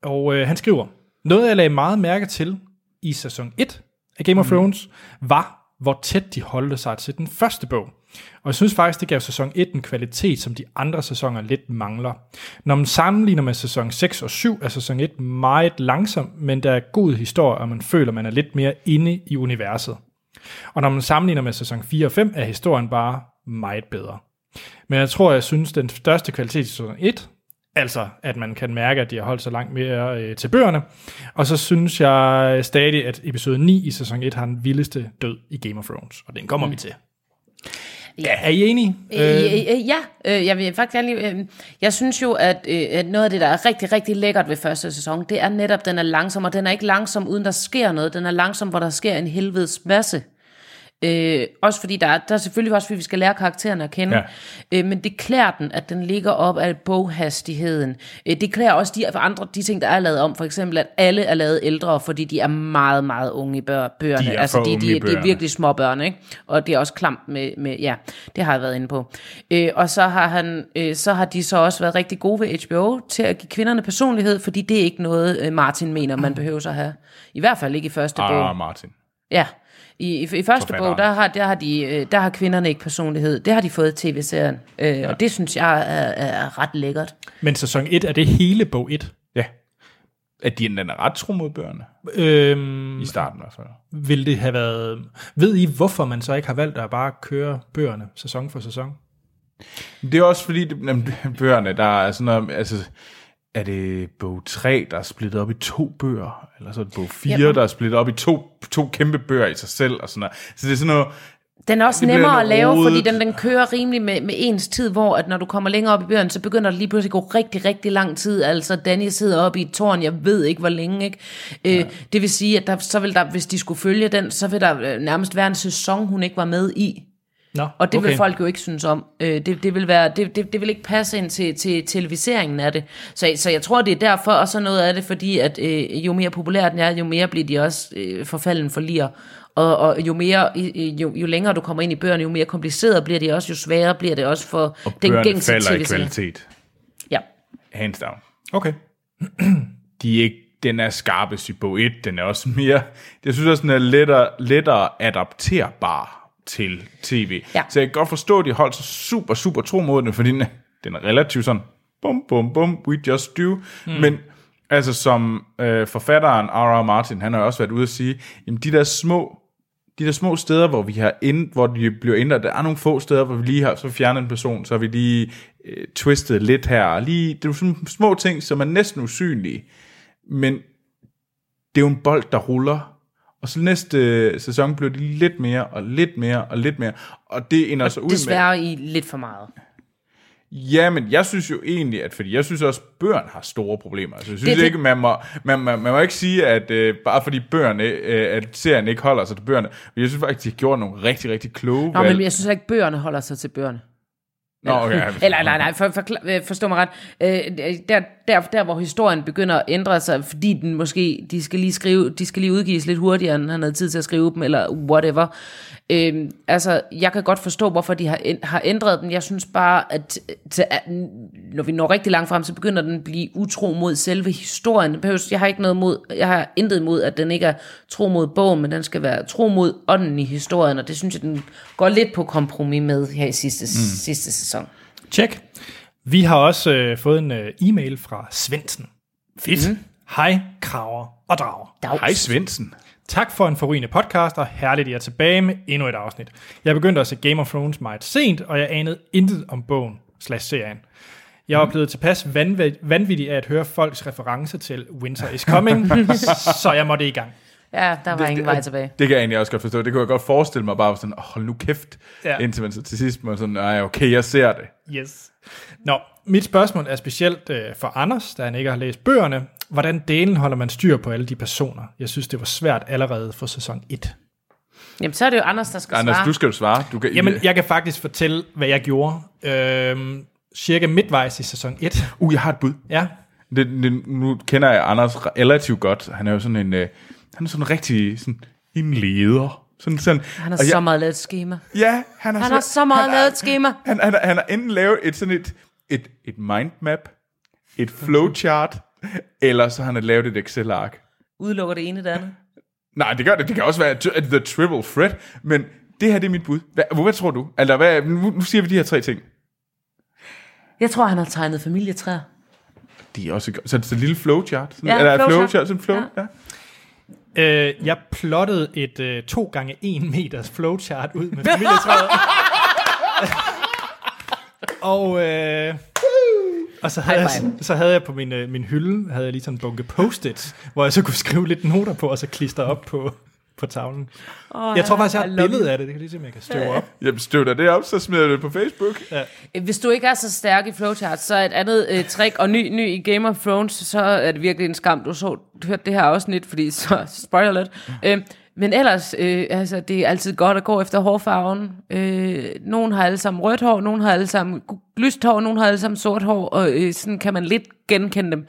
[SPEAKER 1] og øh, han skriver, noget jeg lagde meget mærke til i sæson 1 af Game of Thrones, var, hvor tæt de holdte sig til den første bog. Og jeg synes faktisk, det gav sæson 1 en kvalitet, som de andre sæsoner lidt mangler. Når man sammenligner med sæson 6 og 7, er sæson 1 meget langsom, men der er god historie, og man føler, man er lidt mere inde i universet. Og når man sammenligner med sæson 4 og 5, er historien bare meget bedre. Men jeg tror, jeg synes, den største kvalitet i sæson 1, altså at man kan mærke, at de har holdt sig langt mere øh, til bøgerne, og så synes jeg stadig, at episode 9 i sæson 1 har den vildeste død i Game of Thrones, og den kommer mm. vi til. Er I enige?
[SPEAKER 3] Øh, øh, ja, øh, jeg vil faktisk gerne lige, øh, jeg synes jo, at, øh, at noget af det, der er rigtig, rigtig lækkert ved første sæson, det er netop, at den er langsom, og den er ikke langsom, uden der sker noget. Den er langsom, hvor der sker en helvedes masse. Øh, også fordi der er, der er selvfølgelig også, fordi vi skal lære karaktererne at kende.
[SPEAKER 2] Ja.
[SPEAKER 3] Ja. Øh, men det klæder den, at den ligger op af boghastigheden. Øh, det klæder også de andre de ting, der er lavet om. For eksempel, at alle er lavet ældre, fordi de er meget, meget unge i bør- bøgerne.
[SPEAKER 2] De er
[SPEAKER 3] altså,
[SPEAKER 2] for unge i
[SPEAKER 3] de, det er
[SPEAKER 2] bøgerne.
[SPEAKER 3] virkelig små børn, ikke? Og det er også klamt med, med ja, det har jeg været inde på. Øh, og så har, han, øh, så har de så også været rigtig gode ved HBO til at give kvinderne personlighed, fordi det er ikke noget, øh, Martin mener, man behøver at have. I hvert fald ikke i første bog.
[SPEAKER 2] Ah, Martin.
[SPEAKER 3] Ja. I, i, i første
[SPEAKER 2] Forfatteren.
[SPEAKER 3] bog, der har, der, har de, øh, der har kvinderne ikke personlighed. Det har de fået i tv-serien. Øh, Og det synes jeg er, er- er ret lækkert.
[SPEAKER 1] Men sæson 1, er det hele bog 1?
[SPEAKER 2] Ja. At de den er ret tro mod bøgerne.
[SPEAKER 1] Øhm,
[SPEAKER 2] I starten i hvert fald.
[SPEAKER 1] vil det have været... Ved I, hvorfor man så ikke har valgt at bare køre bøgerne sæson for sæson?
[SPEAKER 2] Det er også fordi, det, jamen, bøgerne, der er sådan noget, altså, er det bog 3, der er splittet op i to bøger? Eller så er det bog 4,
[SPEAKER 3] Jamen.
[SPEAKER 2] der er splittet op i to, to kæmpe bøger i sig selv? Og sådan noget. Så det er sådan noget,
[SPEAKER 3] Den er også
[SPEAKER 2] Det bliver
[SPEAKER 3] nemmere at
[SPEAKER 2] noget
[SPEAKER 3] lave,
[SPEAKER 2] rodet.
[SPEAKER 3] fordi den, den kører rimelig med, med ens tid, hvor at når du kommer længere op i bøgerne, så begynder det lige pludselig at gå rigtig, rigtig lang tid. Altså, Danny sidder oppe i et tårn, jeg ved ikke, hvor længe. Ikke? Øh, Det vil sige, at der, så vil der, hvis de skulle følge den, så vil der øh, nærmest være en sæson, hun ikke var med i.
[SPEAKER 1] Nå,
[SPEAKER 3] Og det okay.
[SPEAKER 1] okay.
[SPEAKER 3] vil folk jo ikke synes om. Øh, det, det, vil være, det, det, det vil ikke passe ind til, til televiseringen af det. Så, så jeg tror, det er derfor, og så noget af det, fordi at øh, jo mere populær den er, jo mere bliver de også øh, forfalden for lir. Og, og jo, mere, øh, jo, jo længere du kommer ind i bøgerne, jo mere kompliceret bliver de også, jo sværere bliver det også for
[SPEAKER 2] og
[SPEAKER 3] den
[SPEAKER 2] bøgerne
[SPEAKER 3] gængse
[SPEAKER 2] falder i
[SPEAKER 3] tv-serie.
[SPEAKER 2] kvalitet.
[SPEAKER 3] Ja.
[SPEAKER 2] Hands down.
[SPEAKER 1] Okay.
[SPEAKER 2] de er ikke, den er skarpest i bog 1, den er også mere, jeg synes også, den er lettere, lettere adapterbar til tv.
[SPEAKER 3] Ja.
[SPEAKER 2] Så jeg kan godt forstå, at de holdt sig super, super tro mod den, fordi den er, den er relativt sådan, bum, bum, bum, we just do. Mm. Men altså som øh, forfatteren R.R. Martin, han har jo også været ude at sige, jamen de der små de der små steder, hvor vi har ind, hvor de bliver ændret, der er nogle få steder, hvor vi lige har så fjernet en person, så har vi lige øh, twistet lidt her, og lige, det er jo sådan små ting, som er næsten usynlige, men det er jo en bold, der ruller. Og så næste øh, sæson bliver de lidt mere, og lidt mere, og lidt mere. Og det ender så ud med...
[SPEAKER 3] Desværre i lidt for meget.
[SPEAKER 2] Ja, men jeg synes jo egentlig, at... Fordi jeg synes også, at børn har store problemer. Altså, jeg synes
[SPEAKER 3] Det er det.
[SPEAKER 2] ikke, man må, man, man, man må ikke sige, at øh, bare fordi børn, øh, at serien ikke holder sig til børnene. Men jeg synes faktisk, de har gjort nogle rigtig, rigtig kloge
[SPEAKER 3] Nå,
[SPEAKER 2] valg.
[SPEAKER 3] men jeg synes ikke, bøgerne holder sig til bøgerne.
[SPEAKER 2] Nå, okay.
[SPEAKER 3] Eller nej, nej, for, for, øh, forstå mig ret. Øh, der, der, der, hvor historien begynder at ændre sig, fordi den måske, de skal lige, skrive, de skal lige udgives lidt hurtigere, end han havde tid til at skrive dem, eller whatever. Øh, altså, jeg kan godt forstå, hvorfor de har, ænd- har ændret den. Jeg synes bare, at, til, at når vi når rigtig langt frem, så begynder den at blive utro mod selve historien. Den behøves, jeg har ikke noget mod, jeg har intet mod, at den ikke er tro mod bogen, men den skal være tro mod ånden i historien, og det synes jeg, den går lidt på kompromis med her i sidste, mm. sidste sæson.
[SPEAKER 1] Tjek. Vi har også øh, fået en øh, e-mail fra Svendsen. Fedt. Mm. Hej, kraver og drager.
[SPEAKER 3] Dags.
[SPEAKER 2] Hej Svendsen.
[SPEAKER 1] Tak for en forrygende podcast, og herligt, jeg er tilbage med endnu et afsnit. Jeg begyndte at se Game of Thrones meget sent, og jeg anede intet om bogen slash serien. Jeg var blevet tilpas vanv- vanvittig af at høre folks reference til Winter is Coming, så jeg måtte i gang.
[SPEAKER 3] Ja, der var det, ingen
[SPEAKER 2] det-
[SPEAKER 3] vej tilbage.
[SPEAKER 2] Det kan jeg egentlig også godt forstå. Det kunne jeg godt forestille mig bare var sådan, "Åh, hold nu kæft,
[SPEAKER 1] Ja.
[SPEAKER 2] ja. indtil man så til sidst må sådan, nej, okay, jeg ser det.
[SPEAKER 1] Yes. Nå, mit spørgsmål er specielt øh, for Anders, da han ikke har læst bøgerne. Hvordan delen holder man styr på alle de personer? Jeg synes, det var svært allerede for sæson 1.
[SPEAKER 3] Jamen, så er det jo Anders, der skal
[SPEAKER 2] Anders,
[SPEAKER 3] svare.
[SPEAKER 2] du skal jo svare. Du kan,
[SPEAKER 1] Jamen, jeg kan faktisk fortælle, hvad jeg gjorde. Øhm, cirka midtvejs i sæson 1.
[SPEAKER 2] Uh, jeg har et bud.
[SPEAKER 1] Ja,
[SPEAKER 2] Det, det, nu kender jeg Anders re- relativt godt. Han er jo sådan en, øh, han er sådan en rigtig sådan, en leder. Sådan, sådan,
[SPEAKER 3] Han har
[SPEAKER 2] og
[SPEAKER 3] så
[SPEAKER 2] jeg,
[SPEAKER 3] meget lavet et schema.
[SPEAKER 2] ja, han, er
[SPEAKER 3] Han
[SPEAKER 2] så-
[SPEAKER 3] har så meget
[SPEAKER 2] han,
[SPEAKER 3] lavet et schema.
[SPEAKER 2] Han, han, han har enten lavet et sådan et, et, et mindmap, et flowchart, eller så har han lavet et Excel-ark.
[SPEAKER 3] Udelukker det ene det andet.
[SPEAKER 2] Nej, det gør det. Det kan også være t- The Triple Threat, men det her det er mit bud. Hvad, hvad tror du? Eller hvad, nu, nu siger vi de her tre ting.
[SPEAKER 3] Jeg tror, han har tegnet familietræer.
[SPEAKER 2] De er også, go- så det er et lille flowchart. Sådan,
[SPEAKER 3] Ja,
[SPEAKER 2] eller flowchart.
[SPEAKER 3] flowchart.
[SPEAKER 2] flowchart sådan flow, ja.
[SPEAKER 3] Ja.
[SPEAKER 2] ja.
[SPEAKER 1] øh, jeg plottede et øh, 2 gange 1 meters flowchart ud med familietræet. og, øh, og så havde, jeg,
[SPEAKER 3] High five.
[SPEAKER 1] så havde jeg på min, øh, min hylde, havde jeg lige sådan en bunke post-its, hvor jeg så kunne skrive lidt noter på, og så klistre op på, på tavlen.
[SPEAKER 3] Oh,
[SPEAKER 1] Jeg tror faktisk, jeg har et billede af det. Det kan jeg lige se, om jeg kan støve op.
[SPEAKER 2] Jamen, støv dig det op, så smider du det på Facebook.
[SPEAKER 3] Øh, Hvis du ikke er så stærk i flowcharts, så er et andet øh, trick, og ny, ny i Game of Thrones, så er det virkelig en skam, du så, du hørte det her afsnit, fordi så, spoiler alert. Øh, men ellers, øh, altså, det er altid godt at gå efter hårfarven. Øh, nogen har alle sammen rødt hår, nogen har alle sammen gu- lyst hår, nogen har alle sammen sort hår, og øh, sådan kan man lidt genkende dem.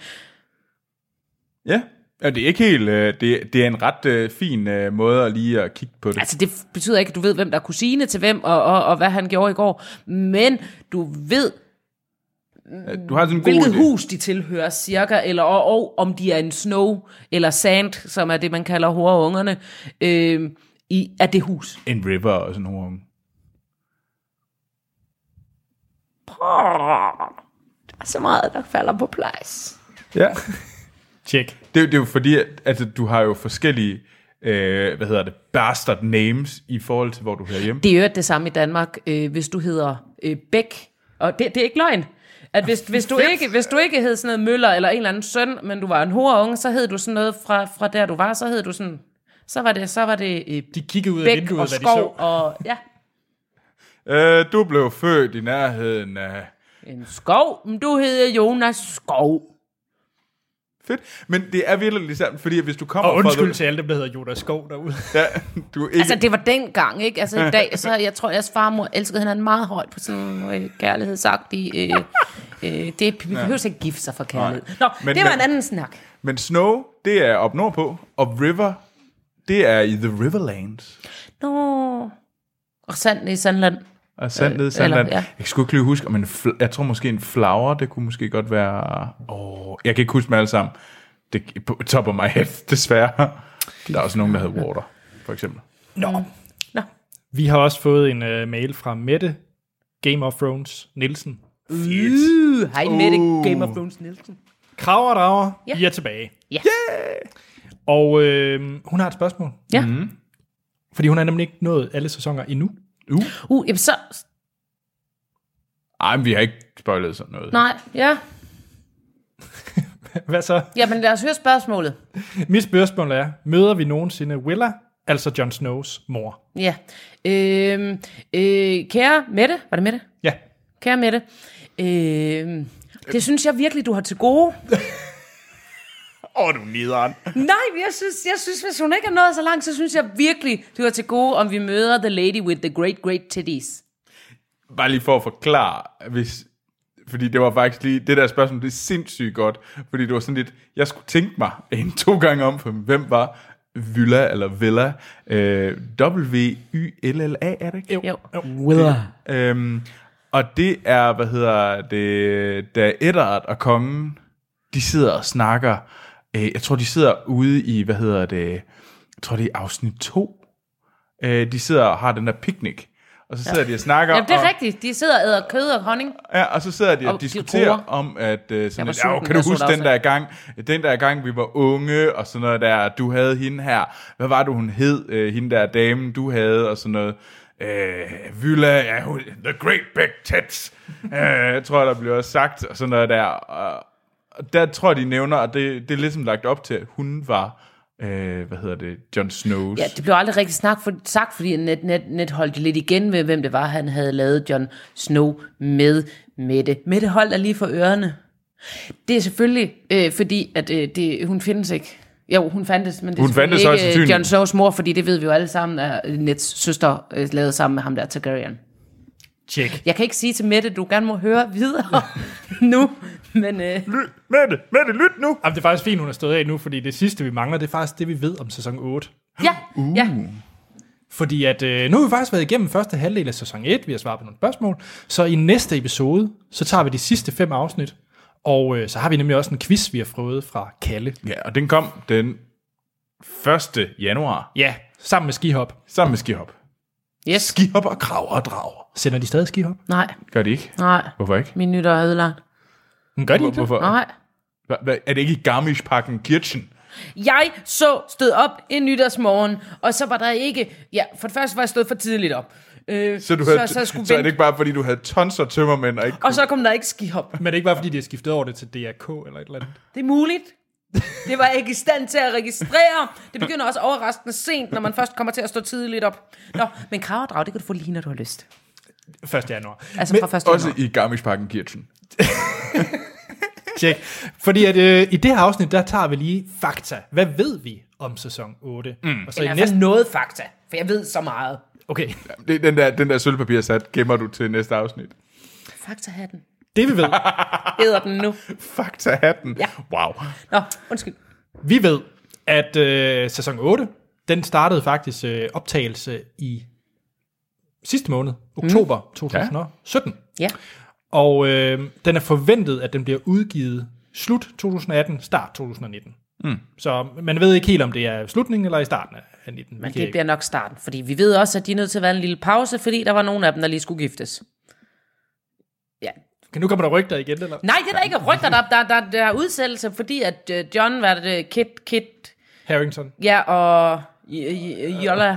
[SPEAKER 2] Ja, ja det er ikke helt... Øh, det, det er en ret øh, fin øh, måde at lige at kigge på det.
[SPEAKER 3] Altså, det f- betyder ikke, at du ved, hvem der er kusine til hvem, og, og, og hvad han gjorde i går, men du ved,
[SPEAKER 2] Altså, du har sådan en god
[SPEAKER 3] hvilket
[SPEAKER 2] idé.
[SPEAKER 3] hus de tilhører cirka, eller og, og om de er en snow eller sand, som er det, man kalder horungerne, øh, i, er det hus.
[SPEAKER 2] En river og sådan noget.
[SPEAKER 3] Der er så meget, der falder på plads.
[SPEAKER 2] Ja.
[SPEAKER 1] Tjek.
[SPEAKER 2] Det, er jo- det er jo fordi, at altså, du har jo forskellige, øh, hvad hedder det, bastard names i forhold til, hvor du hører hjemme.
[SPEAKER 3] Det er jo det samme i Danmark, øh, hvis du hedder øh, Bæk, og det, det er ikke løgn. At hvis, hvis, du ikke, hvis du ikke hed sådan noget Møller eller en eller anden søn, men du var en horunge, så hed du sådan noget fra, fra der, du var, så hed du sådan... Så var det, så var det øh,
[SPEAKER 1] De kiggede ud af
[SPEAKER 3] Bæk
[SPEAKER 1] vinduet, hvad
[SPEAKER 3] og
[SPEAKER 1] de så.
[SPEAKER 3] skov, og ja,
[SPEAKER 2] Øh, du blev født i nærheden af...
[SPEAKER 3] en skov, men du hedder Jonas Skov.
[SPEAKER 2] Fedt. Men det er virkelig ligesom, fordi hvis du kommer
[SPEAKER 1] Og undskyld
[SPEAKER 2] fra...
[SPEAKER 1] til alle dem, der hedder Jonas Skov derude.
[SPEAKER 2] Ja, du er ikke...
[SPEAKER 3] Altså, det var dengang, ikke? Altså, i dag, så jeg tror, jeres farmor elskede hinanden meget højt på sådan øh, kærlighedsagtig... Øh, øh, det, vi behøver ikke gifte sig for kærlighed.
[SPEAKER 2] Nej.
[SPEAKER 3] Nå,
[SPEAKER 2] Men-
[SPEAKER 3] men, det var
[SPEAKER 2] men-
[SPEAKER 3] en anden snak.
[SPEAKER 2] Men snow, det er op nordpå, og river, det er i the riverlands.
[SPEAKER 3] Nå... Og sand i Sandland.
[SPEAKER 2] Og sand ned i
[SPEAKER 3] Øh,
[SPEAKER 2] Sandland.
[SPEAKER 3] eller- ja.
[SPEAKER 2] Jeg skulle ikke lige huske, men fl- jeg tror måske en flower, det kunne måske godt være... Åh, jeg kan ikke huske dem alle sammen. Det er på top of my head, desværre. Der er også nogen, der hedder water, for eksempel.
[SPEAKER 1] Nå.
[SPEAKER 3] Nå.
[SPEAKER 1] Vi har også fået en uh, mail fra Mette Game of Thrones Nielsen. Fedt.
[SPEAKER 3] Uh, hej Mette,
[SPEAKER 2] Uh.
[SPEAKER 3] Game of Thrones Nielsen.
[SPEAKER 1] Krav og drager,
[SPEAKER 3] Ja.
[SPEAKER 1] ja. I er tilbage.
[SPEAKER 3] Ja.
[SPEAKER 1] Og øh, hun har et spørgsmål.
[SPEAKER 3] Ja.
[SPEAKER 2] Mhm.
[SPEAKER 1] Fordi hun har nemlig ikke nået alle sæsoner endnu.
[SPEAKER 2] Uh.
[SPEAKER 3] Uh, jamen så...
[SPEAKER 2] Ej, men vi har ikke spoilet sådan noget.
[SPEAKER 3] Nej, ja.
[SPEAKER 1] Hvad så?
[SPEAKER 3] Jamen lad os høre spørgsmålet.
[SPEAKER 1] Mit spørgsmål er, møder vi nogensinde Willa, altså Jon Snows mor?
[SPEAKER 3] Ja. Øh, øh, kære Mette, var det Mette?
[SPEAKER 1] Ja.
[SPEAKER 3] Kære Mette, øh, det synes jeg virkelig, du har til gode.
[SPEAKER 2] Åh, du nederen.
[SPEAKER 3] Nej, men jeg synes, jeg synes, hvis hun ikke er nået så langt, så synes jeg virkelig, du er til gode, om vi møder The Lady with the Great Great Titties.
[SPEAKER 2] Bare lige for at forklare, hvis... Fordi det var faktisk lige... Det der spørgsmål, det er sindssygt godt. Fordi det var sådan lidt... Jeg skulle tænke mig en to gange om, for hvem var Villa eller Villa. Øh, W-Y-L-L-A, er det ikke?
[SPEAKER 3] Jo.
[SPEAKER 1] Willa.
[SPEAKER 2] Øhm, og det er, hvad hedder det, da Eddard og kongen, de sidder og snakker, øh, jeg tror, de sidder ude i, hvad hedder det, jeg tror, det er afsnit 2, øh, de sidder og har den der picnic, og så sidder ja. de og snakker,
[SPEAKER 3] Jamen, det er
[SPEAKER 2] og,
[SPEAKER 3] rigtigt. De sidder og æder kød og honning.
[SPEAKER 2] ja, og så sidder de og,
[SPEAKER 3] Og
[SPEAKER 2] og
[SPEAKER 3] de
[SPEAKER 2] diskuterer
[SPEAKER 3] roer.
[SPEAKER 2] om, at øh, sådan
[SPEAKER 3] var
[SPEAKER 2] lidt, ja,
[SPEAKER 3] sulten,
[SPEAKER 2] kan du
[SPEAKER 3] jeg så
[SPEAKER 2] huske
[SPEAKER 3] det
[SPEAKER 2] den
[SPEAKER 3] også,
[SPEAKER 2] der gang, den der gang, vi var unge, og sådan noget der, du havde hende her, hvad var det, hun hed, øh, hende der damen, du havde, og sådan noget, øh, Vylla, ja, hun, the great big tits, øh, tror jeg, der blev også sagt, og sådan noget der, og, og der tror jeg, de nævner, og det, det er ligesom lagt op til, at hun var, øh, hvad hedder det, Jon Snows.
[SPEAKER 3] Ja, det blev aldrig rigtig snak for, sagt, fordi net, net, net holdt lidt igen med, hvem det var, han havde lavet John Snow med Mette. Mette holdt er lige for ørerne. Det er selvfølgelig, øh, fordi at, øh, det, hun findes ikke. Jo, hun fandtes, men det er
[SPEAKER 2] Hun fandtes
[SPEAKER 3] selvfølgelig
[SPEAKER 2] højst
[SPEAKER 3] ikke øh,
[SPEAKER 2] sandsynligt.
[SPEAKER 3] Jon Snows mor, fordi det ved vi jo alle sammen, at øh, Nets søster øh, lavede sammen med ham der, Targaryen.
[SPEAKER 1] Tjek.
[SPEAKER 3] Jeg kan ikke sige til Mette, du gerne må høre videre nu, men øh,
[SPEAKER 2] Lyt, Mette, Mette, lyt nu!
[SPEAKER 1] Jamen, det er faktisk fint, hun er stået af nu, fordi det sidste, vi mangler, det er faktisk det, vi ved om sæson 8.
[SPEAKER 3] ja, uh. ja.
[SPEAKER 1] Fordi at, øh, nu har vi faktisk været igennem første halvdel af sæson 1, vi har svaret på nogle spørgsmål, så i næste episode, så tager vi de sidste fem afsnit, og øh, så har vi nemlig også en quiz, vi har fået fra Kalle.
[SPEAKER 2] Ja, og den kom den 1. januar,
[SPEAKER 1] Ja, sammen med skihop.
[SPEAKER 2] sammen med skihop.
[SPEAKER 3] Yes.
[SPEAKER 2] Skihopper, kraver og drager.
[SPEAKER 1] Sender de stadig skihop?
[SPEAKER 3] Nej,
[SPEAKER 2] Gør det ikke?
[SPEAKER 3] nej.
[SPEAKER 2] Hvorfor ikke?
[SPEAKER 3] Min nytår er ødelagt.
[SPEAKER 1] Men gør de ikke det?
[SPEAKER 2] Hvorfor?
[SPEAKER 3] Nej.
[SPEAKER 2] Hva- hva- Er det ikke i Garmisch-Parken Kirchen?
[SPEAKER 3] Jeg så stod op en nytårsmorgen, og så var der ikke... Ja, for det første var jeg stået for tidligt op. Øh,
[SPEAKER 2] Så, du havde,
[SPEAKER 3] så, så, jeg skulle
[SPEAKER 2] så er det
[SPEAKER 3] vente,
[SPEAKER 2] ikke bare, fordi du havde tons af tømmermænd og ikke...
[SPEAKER 3] Og så kom der ikke skihop.
[SPEAKER 1] Men det er ikke bare, fordi de har skiftet over det til DRK eller et eller andet.
[SPEAKER 3] Det er muligt. Det var jeg ikke i stand til at registrere. Det begynder også overraskende sent, når man først kommer til at stå tidligt op. Nå, men kraverdrag, det kan du få lige, når du har lyst.
[SPEAKER 1] 1. januar.
[SPEAKER 3] Altså fra 1.
[SPEAKER 2] Også
[SPEAKER 3] januar.
[SPEAKER 2] i Garmisch-Parken Kirchen.
[SPEAKER 1] Tjek. Fordi at, øh, i det her afsnit, der tager vi lige fakta. Hvad ved vi om sæson 8? Mm. Og så i
[SPEAKER 3] Eller faktisk
[SPEAKER 1] næste...
[SPEAKER 3] noget fakta, for jeg ved så meget.
[SPEAKER 1] Okay,
[SPEAKER 2] Det, den der, den der sølvpapirsat gemmer du til næste afsnit.
[SPEAKER 3] Fakta den.
[SPEAKER 1] det vi ved.
[SPEAKER 3] Hedder den nu.
[SPEAKER 2] Fakta hatten.
[SPEAKER 3] Ja.
[SPEAKER 2] Wow.
[SPEAKER 3] Nå, undskyld.
[SPEAKER 1] Vi ved, at øh, sæson 8, den startede faktisk øh, optagelse i sidste måned, oktober 2017.
[SPEAKER 3] Ja.
[SPEAKER 1] Og øh, den er forventet, at den bliver udgivet slut 2018, start 2019. Mm. Så man ved ikke helt, om det er slutningen eller i starten af 19.
[SPEAKER 3] Men det bliver nok starten, fordi vi ved også, at de er nødt til at være en lille pause, fordi der var nogen af dem, der lige skulle giftes. Ja.
[SPEAKER 1] Kan nu kommer der rygter igen, eller?
[SPEAKER 3] Nej, det er der ikke rygter, der, der, der, der er udsættelse, fordi at øh, John var det Kit, Kit,
[SPEAKER 1] Harrington.
[SPEAKER 3] ja, og J- J- Jolla,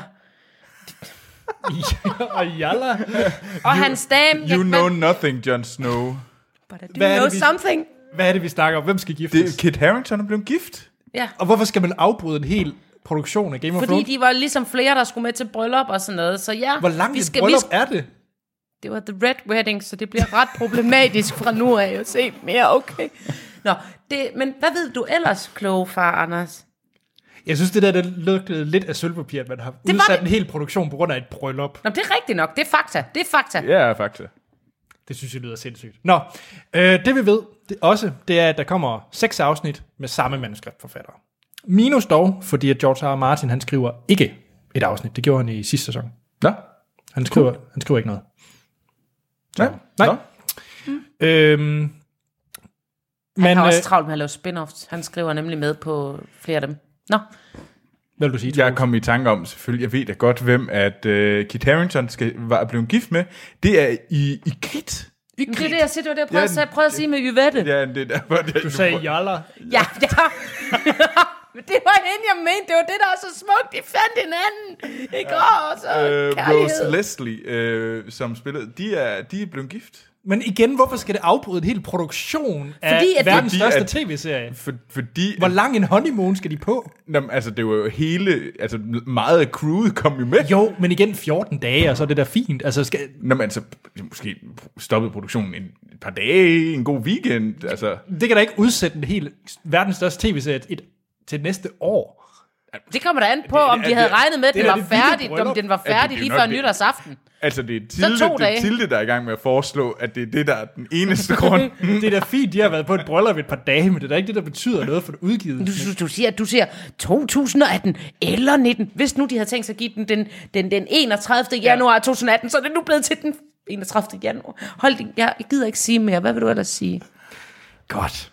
[SPEAKER 1] og Jalla.
[SPEAKER 3] og hans dame.
[SPEAKER 2] You
[SPEAKER 3] Jackman.
[SPEAKER 2] know nothing, Jon Snow.
[SPEAKER 3] But I do
[SPEAKER 1] Hvad er
[SPEAKER 3] know
[SPEAKER 1] det, vi-
[SPEAKER 3] something.
[SPEAKER 1] Hvad er det, vi snakker om? Hvem skal giftes?
[SPEAKER 2] Det er Kit Harington er blevet gift.
[SPEAKER 3] Ja.
[SPEAKER 1] Og hvorfor skal man afbryde en hel produktion af Game of
[SPEAKER 3] Fordi
[SPEAKER 1] Thrones?
[SPEAKER 3] de var ligesom flere, der skulle med til bryllup og sådan noget. Så ja,
[SPEAKER 1] Hvor langt
[SPEAKER 3] vi
[SPEAKER 1] et
[SPEAKER 3] skal, vi
[SPEAKER 1] bryllup
[SPEAKER 3] skal,
[SPEAKER 1] er det?
[SPEAKER 3] Det var The Red Wedding, så det bliver ret problematisk fra nu af at se mere, okay. Nå, det, men hvad ved du ellers, kloge far, Anders?
[SPEAKER 1] Jeg synes, det der det lugtede lidt af sølvpapir, at man har
[SPEAKER 3] var
[SPEAKER 1] udsat
[SPEAKER 3] det.
[SPEAKER 1] en hel produktion på grund af et bryllup.
[SPEAKER 3] Nå, men det er rigtigt nok. Det er fakta. Det er fakta.
[SPEAKER 2] Ja, yeah, fakta.
[SPEAKER 1] Det synes jeg lyder sindssygt. Nå, øh, det vi ved det også, det er, at der kommer seks afsnit med samme manuskriptforfatter. Minus dog, fordi at George R. R. Martin, han skriver ikke et afsnit. Det gjorde han i sidste sæson.
[SPEAKER 2] Nå?
[SPEAKER 1] Han skriver, han skriver ikke noget.
[SPEAKER 2] Ja.
[SPEAKER 1] Nej.
[SPEAKER 2] Nå?
[SPEAKER 1] Øhm,
[SPEAKER 3] Han
[SPEAKER 1] men,
[SPEAKER 3] har også
[SPEAKER 1] øh,
[SPEAKER 3] travlt med at lave spin-offs. Han skriver nemlig med på flere af dem. Nå,
[SPEAKER 1] hvad vil du sige?
[SPEAKER 2] Jeg kom i tanke om, selvfølgelig, jeg ved da godt, hvem at uh, Kit Harington skal, var blevet gift med. Det er i, i Kit. I
[SPEAKER 3] men det er det, jeg siger. Det var det, jeg prøvede,
[SPEAKER 2] Ja,
[SPEAKER 3] at, sige, prøvede at sige med Yvette. Ja,
[SPEAKER 2] Ja, det er derfor, det
[SPEAKER 1] Du sagde joller.
[SPEAKER 3] ja. ja. men det var hende, jeg mente. Det var det, der er så smukt. De fandt hinanden. I går, og så
[SPEAKER 2] Øh, Rose
[SPEAKER 3] kærlighed.
[SPEAKER 2] Leslie, øh, som spillede, de er, de er blevet gift.
[SPEAKER 1] Men igen, hvorfor skal det afbryde en hel produktion af
[SPEAKER 3] Fordi at-
[SPEAKER 1] verdens
[SPEAKER 2] Fordi
[SPEAKER 1] største
[SPEAKER 2] at-
[SPEAKER 1] tv-serie?
[SPEAKER 2] For, fordi,
[SPEAKER 1] Hvor lang en honeymoon skal de på?
[SPEAKER 2] Nå, men altså, det var jo hele, altså meget af crewet kom jo med.
[SPEAKER 1] Jo, men igen 14 dage, og så er det da fint. Altså, skal,
[SPEAKER 2] Nå, men altså, måske stoppede produktionen en, et par dage, en god weekend, altså.
[SPEAKER 1] det kan da ikke udsætte en hel verdens største tv-serie et, til næste år.
[SPEAKER 3] Det kommer da an på, om de
[SPEAKER 2] det-
[SPEAKER 3] havde regnet med, at
[SPEAKER 1] det er
[SPEAKER 3] den var
[SPEAKER 1] det vilde
[SPEAKER 3] færdig. Om
[SPEAKER 1] bryllup.
[SPEAKER 3] den var
[SPEAKER 2] det er
[SPEAKER 3] færdig
[SPEAKER 2] jo
[SPEAKER 3] lige
[SPEAKER 2] nok
[SPEAKER 3] før
[SPEAKER 2] det.
[SPEAKER 3] nytårsaften.
[SPEAKER 2] Altså, det er Tilde,
[SPEAKER 3] to
[SPEAKER 2] det er
[SPEAKER 3] dage.
[SPEAKER 2] Tilde, der er i gang med at foreslå, at det er det, der er den eneste grund.
[SPEAKER 1] Det er da fint, de har været på et bryllup et par dage, men det er da ikke det, der betyder noget for det udgivet.
[SPEAKER 3] Du, du, du, siger, du siger 2018 eller 19. Hvis nu de havde tænkt sig at give den den, den, den 31. januar 2018, så er det nu blevet til den 31. januar. Hold din, jeg gider ikke sige mere. Hvad vil du ellers sige?
[SPEAKER 1] Godt.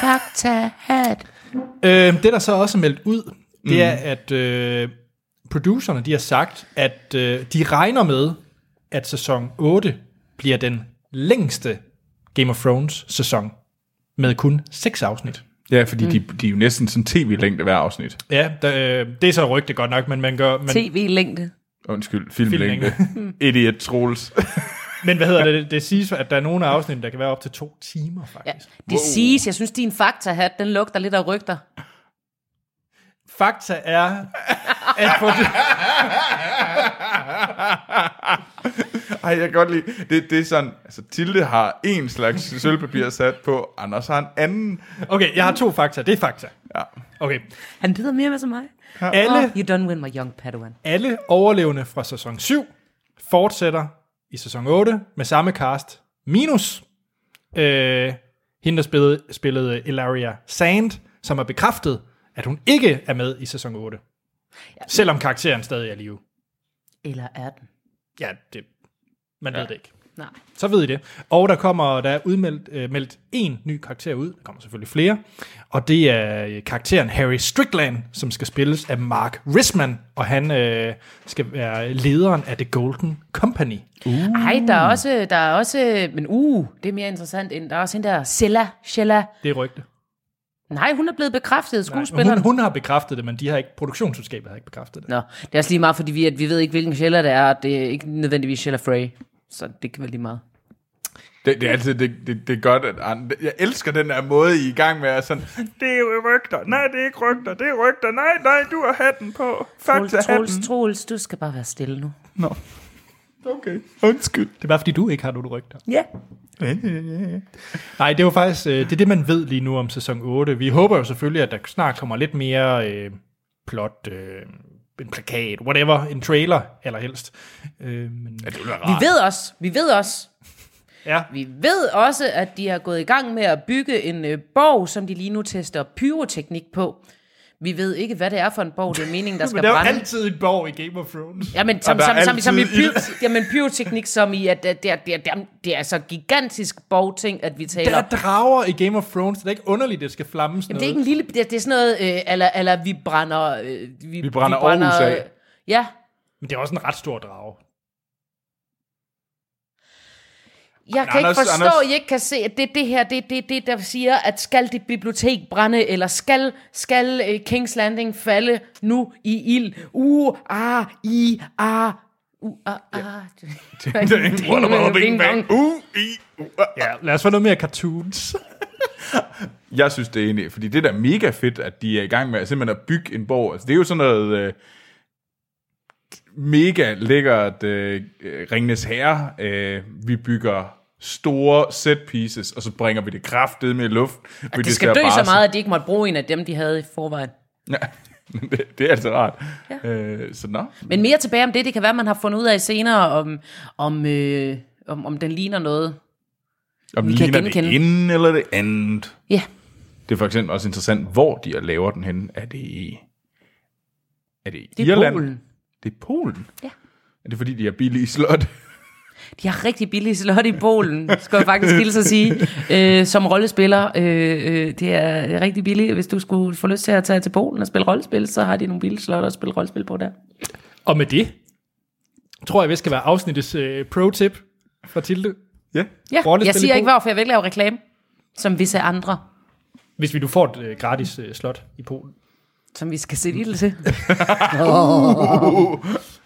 [SPEAKER 3] Fakta hat.
[SPEAKER 1] Øh, det, der så også er meldt ud, det er, at øh, producerne de har sagt, at øh, de regner med, at sæson 8 bliver den længste Game of Thrones-sæson med kun seks afsnit.
[SPEAKER 2] ja, fordi de, de er jo næsten sådan tv-længde hver afsnit.
[SPEAKER 1] Ja, der, øh, det er så rygte godt nok, men man gør... Man,
[SPEAKER 3] TV-længde.
[SPEAKER 2] Undskyld, filmlængde. Idiot Troels.
[SPEAKER 1] men hvad hedder det? Det siges, at der er nogle af afsnitten, der kan være op til to timer, faktisk.
[SPEAKER 3] Ja,
[SPEAKER 1] Ja.
[SPEAKER 3] det siges. Jeg synes, din fakta hat, den lugter lidt af rygter.
[SPEAKER 1] Fakta er, at på det,
[SPEAKER 2] Ej, jeg kan godt lide, det, det er sådan, altså Tilde har en slags sølvpapir sat på, Anders har en anden.
[SPEAKER 1] Okay, jeg har to fakta. Det er fakta.
[SPEAKER 2] Ja.
[SPEAKER 1] Okay.
[SPEAKER 3] Han ved mere med som mig.
[SPEAKER 1] Alle,
[SPEAKER 3] You don't win my young padawan.
[SPEAKER 1] alle overlevende fra sæson 7 fortsætter i sæson 8 med samme cast. Minus øh, hende, der spillede, spillede Ilaria Sand, som har bekræftet, at hun ikke er med i sæson 8. Selvom karakteren stadig er i live.
[SPEAKER 3] Eller er den?
[SPEAKER 1] Ja, det, man ja. ved det ikke.
[SPEAKER 3] Nej.
[SPEAKER 1] Så ved I det. Og der kommer der er udmeldt øh, meldt en ny karakter ud. Der kommer selvfølgelig flere. Og det er øh, karakteren Harry Strickland, som skal spilles af Mark Risman. Og han øh, skal være lederen af The Golden Company.
[SPEAKER 3] Nej, der er også, der er også, men uh, det er mere interessant end, der er også hende der Sella, Shella.
[SPEAKER 1] Det er rygte.
[SPEAKER 3] Nej, hun er blevet bekræftet, skuespilleren.
[SPEAKER 1] Hun, hun har bekræftet det, men de har ikke, produktionsselskabet har ikke bekræftet det.
[SPEAKER 3] Nå, det er også lige meget, fordi vi, at vi ved ikke, hvilken Shella det er, og det er ikke nødvendigvis Shella Frey. Så det kan være lige meget.
[SPEAKER 2] Det, det er altid det, det, det er godt, at andre, jeg elsker den der måde, I er i gang med at sådan, det er jo rygter, nej, det er ikke rygter, det er rygter, nej, nej, du har hatten på,
[SPEAKER 3] Troels,
[SPEAKER 2] fakta hatten.
[SPEAKER 3] Troels, Troels, du skal bare være stille nu.
[SPEAKER 2] Nå, okay, undskyld.
[SPEAKER 1] Det er bare, fordi du ikke har nogen rygter.
[SPEAKER 3] Ja.
[SPEAKER 1] Nej, det er jo faktisk øh, det, er det, man ved lige nu om sæson 8. Vi håber jo selvfølgelig, at der snart kommer lidt mere øh, plot, øh, en plakat, whatever, en trailer allerhelst. Øh, men,
[SPEAKER 2] Ja, det ville være
[SPEAKER 3] Vi
[SPEAKER 2] rart.
[SPEAKER 3] ved også, vi ved også,
[SPEAKER 1] ja,
[SPEAKER 3] vi ved også, at de har gået i gang med at bygge en øh, borg, som de lige nu tester pyroteknik på. Vi ved ikke, hvad det er for en borg, det er meningen, der skal
[SPEAKER 1] men der er jo
[SPEAKER 3] brænde.
[SPEAKER 1] altid en borg i Game of Thrones.
[SPEAKER 3] Jamen, som,
[SPEAKER 2] Og der
[SPEAKER 3] som,
[SPEAKER 2] er
[SPEAKER 3] som, som i
[SPEAKER 2] altid
[SPEAKER 3] pyro, jamen, pyroteknik, som i, at det, det, er- det, er- det er så gigantisk borgting, at vi taler...
[SPEAKER 1] Der er drager i Game of Thrones, det er ikke underligt, det skal flamme sådan
[SPEAKER 3] Jamen,
[SPEAKER 1] noget.
[SPEAKER 3] det er ikke en lille... Det er, det er sådan noget, øh, eller, eller vi brænder... Øh, vi, vi
[SPEAKER 2] brænder Aarhus af.
[SPEAKER 3] øh, Ja.
[SPEAKER 1] Men det er også en ret stor drage.
[SPEAKER 3] Jeg kan
[SPEAKER 2] Anders-
[SPEAKER 3] ikke forstå,
[SPEAKER 2] Anders-
[SPEAKER 3] at I ikke kan se, at det er det her, det er det, det, der siger, at skal dit bibliotek brænde, eller skal, skal øh, Kings Landing falde nu i ild? Uh, ah, i, ah, uh, ah, ah.
[SPEAKER 2] Det er ikke- Walla, walla, bing, bang. Uh, i, uh, uh.
[SPEAKER 1] Ja, lad os få noget mere cartoons.
[SPEAKER 2] Jeg synes det er egentlig, fordi det der er mega fedt, at de er i gang med at simpelthen at bygge en borg. Altså, det er jo sådan noget øh, mega lækkert øh, øh, Ringnes Herre. Øh, vi bygger store set pieces, og så bringer vi det kraftet med luft. fordi
[SPEAKER 3] Det skal
[SPEAKER 2] ser
[SPEAKER 3] dø
[SPEAKER 2] bare
[SPEAKER 3] så meget, at de ikke måtte bruge en af dem, de havde i forvejen.
[SPEAKER 2] Ja, det, det er altså rart. Ja. Øh, så nå.
[SPEAKER 3] Men mere tilbage om det, det kan være, man har fundet ud af senere, om, om, øh, om, om den ligner noget.
[SPEAKER 2] Om
[SPEAKER 3] Vi
[SPEAKER 2] vi
[SPEAKER 3] kan
[SPEAKER 2] ligner det
[SPEAKER 3] genkende.
[SPEAKER 2] ene eller det andet.
[SPEAKER 3] Ja.
[SPEAKER 2] Det er for eksempel også interessant, hvor de laver den hen. Er det i er det i
[SPEAKER 3] Det er
[SPEAKER 2] Irland?
[SPEAKER 3] Polen.
[SPEAKER 2] Det er Polen?
[SPEAKER 3] Ja.
[SPEAKER 2] Er det fordi, de har billige slot?
[SPEAKER 3] De har rigtig billige slot i Polen, skal jeg faktisk hilse at sige. Øh, som rollespiller, øh, øh, det er rigtig billigt. Hvis du skulle få lyst til at tage til Polen og spille rollespil, så har de nogle billige slot at spille rollespil på der.
[SPEAKER 1] Og med det, tror jeg, vi skal være afsnittets øh, pro-tip fra Tilde.
[SPEAKER 2] ja.
[SPEAKER 3] Ja,
[SPEAKER 1] Rollespil
[SPEAKER 3] jeg
[SPEAKER 1] i
[SPEAKER 3] siger ikke
[SPEAKER 1] Polen.
[SPEAKER 3] hvorfor, jeg vil ikke lave reklame, som visse andre,
[SPEAKER 1] Hvis vi nu får et øh, gratis øh, slot i Polen,
[SPEAKER 3] som vi skal sætte ild til.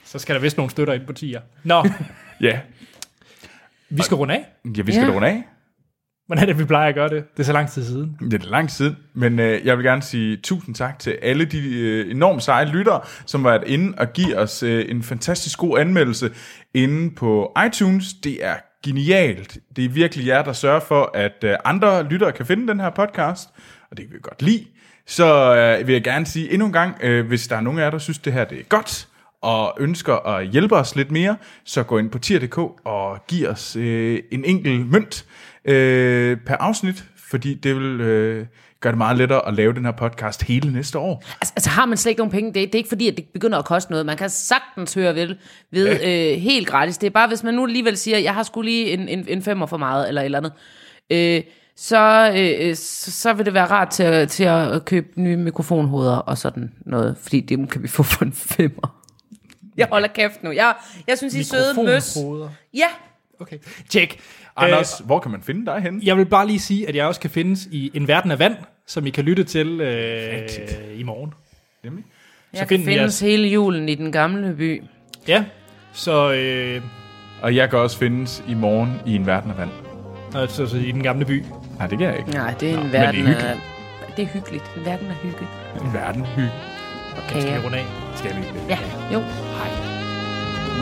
[SPEAKER 1] så skal der vist nogle støtter ind på tier. Nå,
[SPEAKER 2] Ja.
[SPEAKER 1] vi skal runde af.
[SPEAKER 2] ja, vi skal
[SPEAKER 3] Ja.
[SPEAKER 2] ja. runde af.
[SPEAKER 1] Hvordan er det, vi plejer at gøre det? Det er så lang tid siden.
[SPEAKER 2] Det er lang tid, men øh, jeg vil gerne sige tusind tak til alle de øh, enormt seje lyttere, som har været inde og give os øh, en fantastisk god anmeldelse inde på iTunes. Det er genialt. Det er virkelig jer, der sørger for, at øh, andre lyttere kan finde den her podcast, og det kan vi godt lide. Så øh, vil jeg gerne sige endnu en gang, øh, hvis der er nogen af jer, der synes, det her det er godt, og ønsker at hjælpe os lidt mere, så gå ind på tier.dk og giv os øh, en enkelt mønt øh, per afsnit, fordi det vil øh, gøre det meget lettere at lave den her podcast hele næste år.
[SPEAKER 3] Altså, altså har man slet ikke nogen penge, det, det er ikke fordi, at det begynder at koste noget. Man kan sagtens høre ved, ved øh, helt gratis. Det er bare, hvis man nu alligevel siger, jeg har skulle lige en, en, en femmer for meget, eller et eller andet, øh, så, øh, øh, så, så vil det være rart til, at- til at købe nye mikrofonhoveder og sådan noget, fordi dem kan vi få for en femmer. Jeg holder kæft nu. Jeg, jeg synes, I er søde møs.
[SPEAKER 1] Mikrofonhoveder.
[SPEAKER 3] Ja,
[SPEAKER 1] Okay, tjek.
[SPEAKER 2] Anders, øh, hvor kan man finde dig henne?
[SPEAKER 1] Jeg vil bare lige sige, at jeg også kan findes i En Verden af Vand, som I kan lytte til øh, i morgen.
[SPEAKER 2] Nemlig.
[SPEAKER 3] jeg kan
[SPEAKER 1] find
[SPEAKER 3] findes
[SPEAKER 1] jeres-
[SPEAKER 3] hele julen i den gamle by.
[SPEAKER 1] Ja, så, øh,
[SPEAKER 2] Og jeg kan også findes i morgen i en verden af vand.
[SPEAKER 1] altså, så i den gamle by.
[SPEAKER 2] Nej, det kan jeg ikke.
[SPEAKER 3] Nej, det er en
[SPEAKER 2] men det er
[SPEAKER 3] verden
[SPEAKER 2] hyggeligt.
[SPEAKER 3] af... Det er hyggeligt. En verden er hygge.
[SPEAKER 2] En verden hygge.
[SPEAKER 3] Og
[SPEAKER 1] Skal vi
[SPEAKER 3] kager.
[SPEAKER 1] runde af?
[SPEAKER 2] Skal vi ikke det?
[SPEAKER 3] Ja, jo.
[SPEAKER 1] Hej.